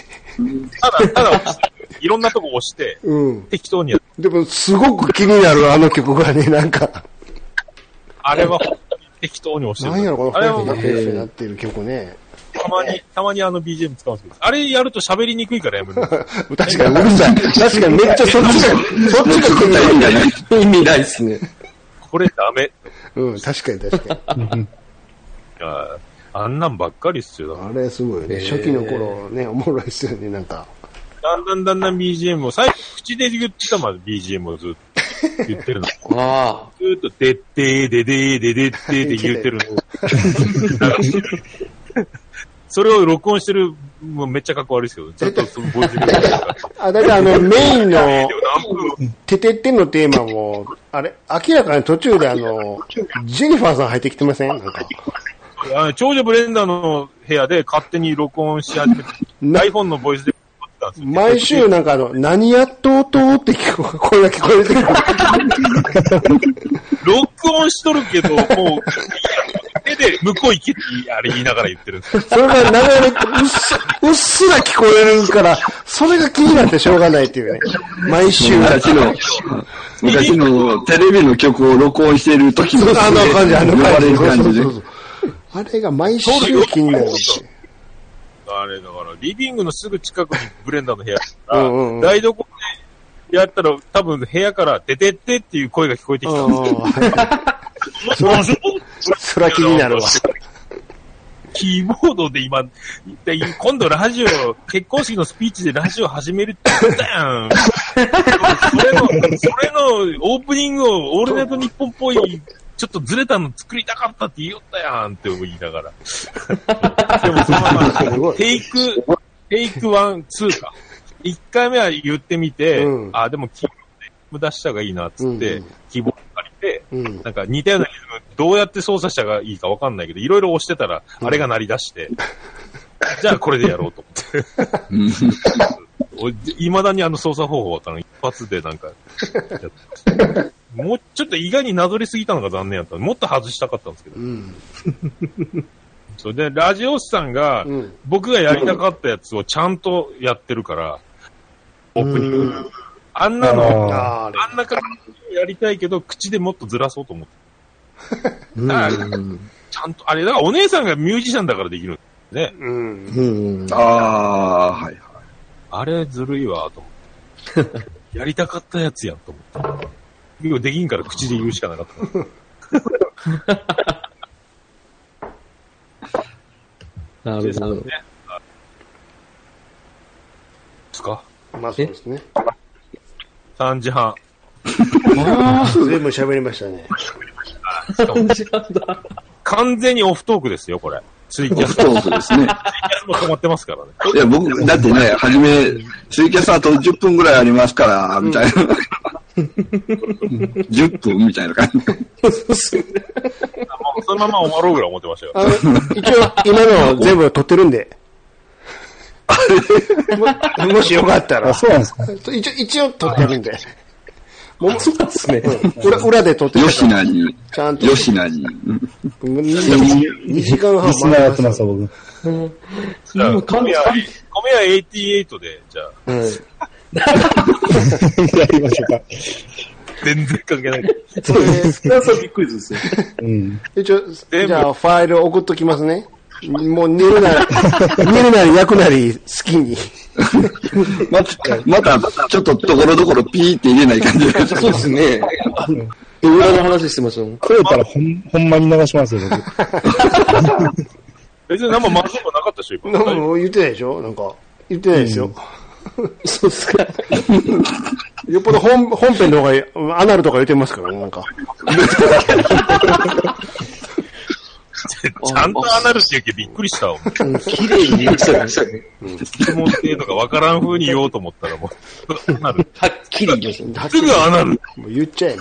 Speaker 2: ただ、ただ押して、いろんなとこ押して、
Speaker 3: うん。
Speaker 2: 適当にやる。
Speaker 3: でも、すごく気になる、あの曲がね、なんか、
Speaker 2: あれは、適当に押して
Speaker 3: なんやろ、この
Speaker 2: る。あれは
Speaker 3: 2人になってる曲ね。
Speaker 2: たまに、たまにあの BGM 使うんですけど、あれやると喋りにくいからやめるんです よ。
Speaker 3: 確かにうるさい。確かにめっちゃそっちが、そっちが気になる。
Speaker 5: いやいや
Speaker 4: 意味ないですね。
Speaker 2: これダメ。
Speaker 3: うん、確かに確かに。
Speaker 2: いやあんなんばっかりっすよ。だか
Speaker 3: あれすごいよね。初期の頃ね、おもろいっすよね、なんか。
Speaker 2: らだんだんだんだん BGM を、最初口で言ってたまで BGM をずっと言ってるの。ず
Speaker 4: あ
Speaker 2: ーっと、でってーででーででってーって言ってる のそれを録音してる、もうめっちゃかっこ悪いですけど、ずっとそのボイスで言ってるから。
Speaker 3: あ、だからあの、メインの、
Speaker 2: 何分
Speaker 3: ててってのテーマも、あれ、明らかに途中であの、ジェニファーさん入ってきてませんなんか。
Speaker 2: あの長女ブレンダーの部屋で勝手に録音し始めて、
Speaker 3: な
Speaker 2: iPhone のボイスで撮ってたんですよ。
Speaker 3: 毎週なんかあの、何やっとうとうって聞こえ声が聞こえてくる。
Speaker 2: 録音しとるけど、もう、 手で向こう行けって、あれ言いながら言ってるんですよ。
Speaker 3: それが流れて、うっす、うっすら聞こえるから、それが気になってしょうがないっていうね。毎週。
Speaker 5: 昔の、昔のテレビの曲を録音してる時の、
Speaker 3: そうあの感じ、あの
Speaker 5: 呼ばれる
Speaker 3: 感
Speaker 5: 感
Speaker 3: じ。
Speaker 5: じで
Speaker 3: そうそうそうあれが毎週気になるし。
Speaker 2: あれだから、リビングのすぐ近くにブレンダーの部屋があっ
Speaker 3: うんうんう
Speaker 2: たら、
Speaker 3: ん
Speaker 2: 台所でやったら、多分部屋から、出てってっていう声が聞こえてきたんで
Speaker 3: そら、そら気になるわ。
Speaker 2: キーボードで今、で今度ラジオ、結婚式のスピーチでラジオ始めるって言ったやん。それの、それのオープニングをオールナイトニッポンっぽい、ちょっとずれたの作りたかったって言いよったやんって言いながら。でもその
Speaker 3: す
Speaker 2: ま
Speaker 3: ご
Speaker 2: ま、
Speaker 3: い
Speaker 2: テイク、テイクワン、ツーか。一回目は言ってみて、
Speaker 3: うん
Speaker 2: あ、でもキーボード出した方がいいなっつって、
Speaker 3: うん
Speaker 2: キーボード借りて、
Speaker 3: うん。
Speaker 2: なんか似たようなリズム、どうやって操作したらいいかわかんないけど、いろいろ押してたら、あれが鳴り出 して、じゃあこれでやろうと思 って。いまだにあの操作方法わからん。一発でなんか、やってましたもうちょっと意外になぞりすぎたのが残念やった。もっと外したかったんですけど
Speaker 3: う。ん。
Speaker 2: それで、ラジオスさんが、
Speaker 3: うん。
Speaker 2: 僕がやりたかったやつをちゃんとやってるから、オープニン
Speaker 3: う
Speaker 2: グ。あんなの、
Speaker 1: ああ。
Speaker 3: あーあれ
Speaker 2: あんな感じでやりたいけど、口でもっとずらそうと思って。だからちゃんと、あれ、だからお姉さんがミュージシャンだからできるんだよね。
Speaker 3: うん。
Speaker 4: うん。
Speaker 5: ああ、はい。
Speaker 2: あれずるいわ、と思って。やりたかったやつやん、と思って。できんから口で言うしかなかった。
Speaker 4: なるほど。
Speaker 2: ですか
Speaker 3: まあそうですね。
Speaker 2: ?3 時半。
Speaker 3: 全部喋りましたね。
Speaker 2: 完全にオフトークですよ、これ。ツイキャス、ツイ
Speaker 5: そうそうですね。
Speaker 2: キャスも止まってますからね。
Speaker 5: いや、僕、だってね、はじめ、ツイキャスあと10分ぐらいありますから、みたい な。10分みたいな感じ。
Speaker 2: もうそのまま終わろうぐらい思ってましたよ。
Speaker 3: あの一応、今の全部撮ってるんで。ももしよかったら
Speaker 1: あ、。そうなんですか。
Speaker 3: 一応、一応撮ってるんで。もう、
Speaker 4: そうですね。
Speaker 3: 裏、裏で撮 ってる
Speaker 5: よ
Speaker 3: か
Speaker 5: し
Speaker 3: ら。
Speaker 5: なに、
Speaker 3: ちゃんと。
Speaker 5: よしなに。
Speaker 3: 2時間半
Speaker 1: リスナーやってますわ、僕。
Speaker 2: じゃあ、
Speaker 4: もう完
Speaker 2: 米
Speaker 4: 全
Speaker 2: 屋、米屋88で、じゃあ、
Speaker 1: やりましょうか。
Speaker 2: 全然関係ないけど。
Speaker 1: うん。
Speaker 3: 一応、
Speaker 2: 全部
Speaker 3: じゃあ、ファイル送っときますね。もう寝るなら、寝るなり焼くなり好きに。
Speaker 5: また、また、ちょっとところどころピーって入れない感じ。
Speaker 4: そうですね。裏の話してましたもん。
Speaker 1: 食えたらほん、 ほんまに流しますよ、僕。
Speaker 2: 別に何もまずいもなかったでしょ、今。
Speaker 3: なんかもう言ってないでしょなんか、言ってないですよ。
Speaker 4: そうっす か。
Speaker 3: よっぽど本本編の方がいい、アナルとか言ってますからね、なんか。
Speaker 2: ちゃんとアナルって言うけどびっくりしたわ。
Speaker 4: 綺麗に言ってましたね。
Speaker 2: 質問っていうのがわからん風に言おうと思ったらもう、アナル。
Speaker 4: はっきり言いまし
Speaker 2: すぐアナル。
Speaker 3: もう言っちゃえ。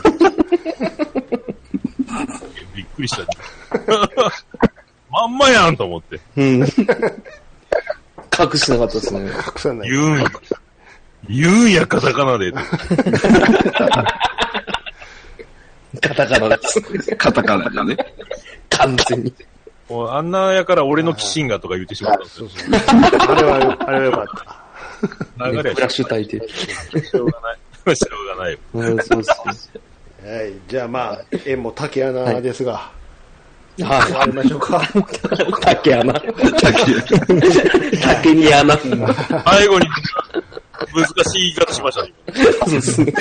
Speaker 2: びっくりした。まんまやんと思って。
Speaker 4: た。うん。隠してなかったですね。
Speaker 3: 隠さない。
Speaker 2: 言うんや。言うんや、カタカナで。
Speaker 4: カタカナです。
Speaker 5: カタカナだね。
Speaker 4: 完全に。
Speaker 2: もうあんなやから俺の寄進がとか言ってしまったんですよ。
Speaker 3: あれは、あれはよかった。
Speaker 2: 流れ
Speaker 4: ブラ
Speaker 2: は
Speaker 4: ッシュ焚いて。
Speaker 2: しょうがない。しょうがないよ。
Speaker 4: うん、そうそう。
Speaker 3: はい、じゃあまあ、縁も竹穴ですが、
Speaker 4: はい。
Speaker 3: 終わりましょうか。
Speaker 4: 竹穴。竹に穴。
Speaker 2: 最後に、難しい言い方しましたね。
Speaker 4: そうですね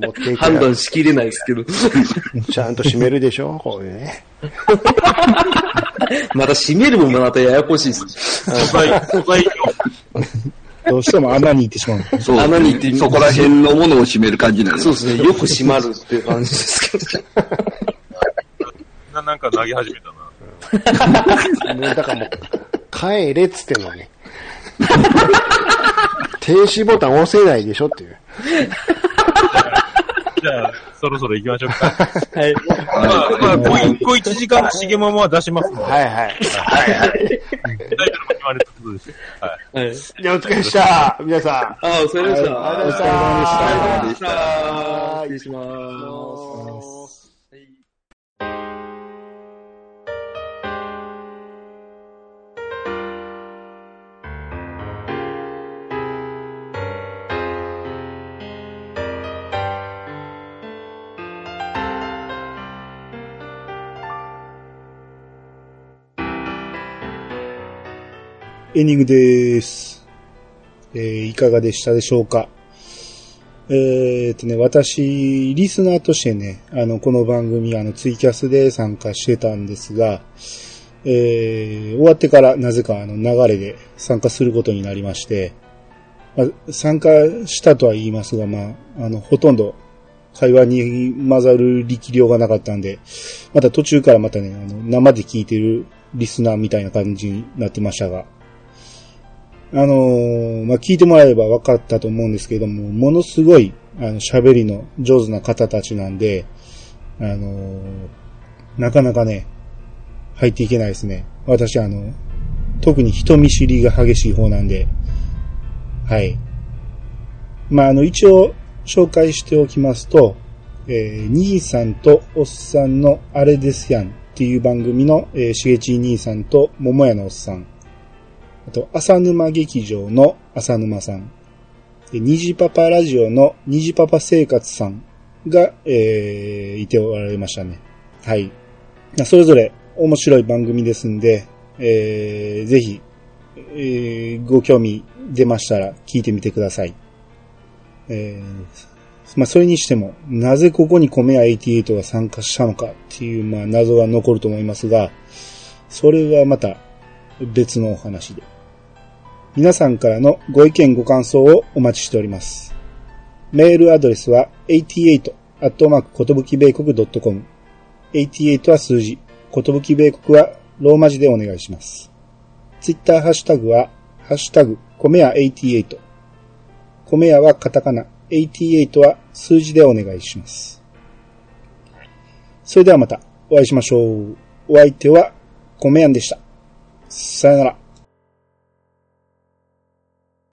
Speaker 3: 持っていけ
Speaker 4: 判
Speaker 3: ば
Speaker 4: 断しきれないですけど。
Speaker 3: ちゃんと閉めるでしょこういうね。
Speaker 4: また閉めるもまたややこしいです。
Speaker 2: 素材、素材量。
Speaker 1: どうしても穴に行ってしまう。
Speaker 5: そう
Speaker 4: 穴に行って
Speaker 5: そこら辺のものを締める感じなんです。
Speaker 4: そうですね。よく閉まるっていう感じですけど。
Speaker 2: な、なんか投げ始めたな。
Speaker 3: もうだからもう、帰れっつってんの に。停止ボタン押せないでしょっていう。
Speaker 2: じゃあ、そろそろ行きましょうか。
Speaker 4: はい。
Speaker 2: まあ、まあ、小一個1時間のしげままは出しますので、
Speaker 3: はいはい。
Speaker 2: 大体の決まりってことですよ。はい。
Speaker 4: はい。
Speaker 3: じゃあお疲れでした。皆さん。
Speaker 4: あ、お疲れ様でした。
Speaker 3: ありがとうございました。
Speaker 4: した失礼します。
Speaker 1: エンディングです。えーいかがでしたでしょうかえーっとね、私、リスナーとしてね、あの、この番組、あの、ツイキャスで参加してたんですが、えー終わってから、なぜか、あの、流れで参加することになりまして、まあ、参加したとは言いますが、まあ、あの、ほとんど、会話に混ざる力量がなかったんで、また途中からまたね、あの、生で聞いてるリスナーみたいな感じになってましたが、あのーまあ、聞いてもらえれば分かったと思うんですけども、ものすごい、あの、喋りの上手な方たちなんで、あのーなかなかね、入っていけないですね。私、あの、特に人見知りが激しい方なんで、はい。まあ、あの、一応、紹介しておきますと、えー兄さんとおっさんのあれですやんっていう番組の、えー、しげちい兄さんと桃屋のおっさん。あと、浅沼劇場の浅沼さん。で、虹パパラジオの虹パパ生活さんが、えー、いておられましたね。はい。それぞれ面白い番組ですんで、えー、ぜひ、えー、ご興味出ましたら聞いてみてください。えー、まあ、それにしても、なぜここに米屋88が参加したのかっていう、まあ、謎が残ると思いますが、それはまた別のお話で。皆さんからのご意見ご感想をお待ちしております。メールアドレスは88アットマークことぶき米国 .com。88は数字、ことぶき米国はローマ字でお願いします。ツイッターハッシュタグは、ハッシュタグ、米屋88。米屋はカタカナ、88は数字でお願いします。それではまたお会いしましょう。お相手は米屋でした。さよなら。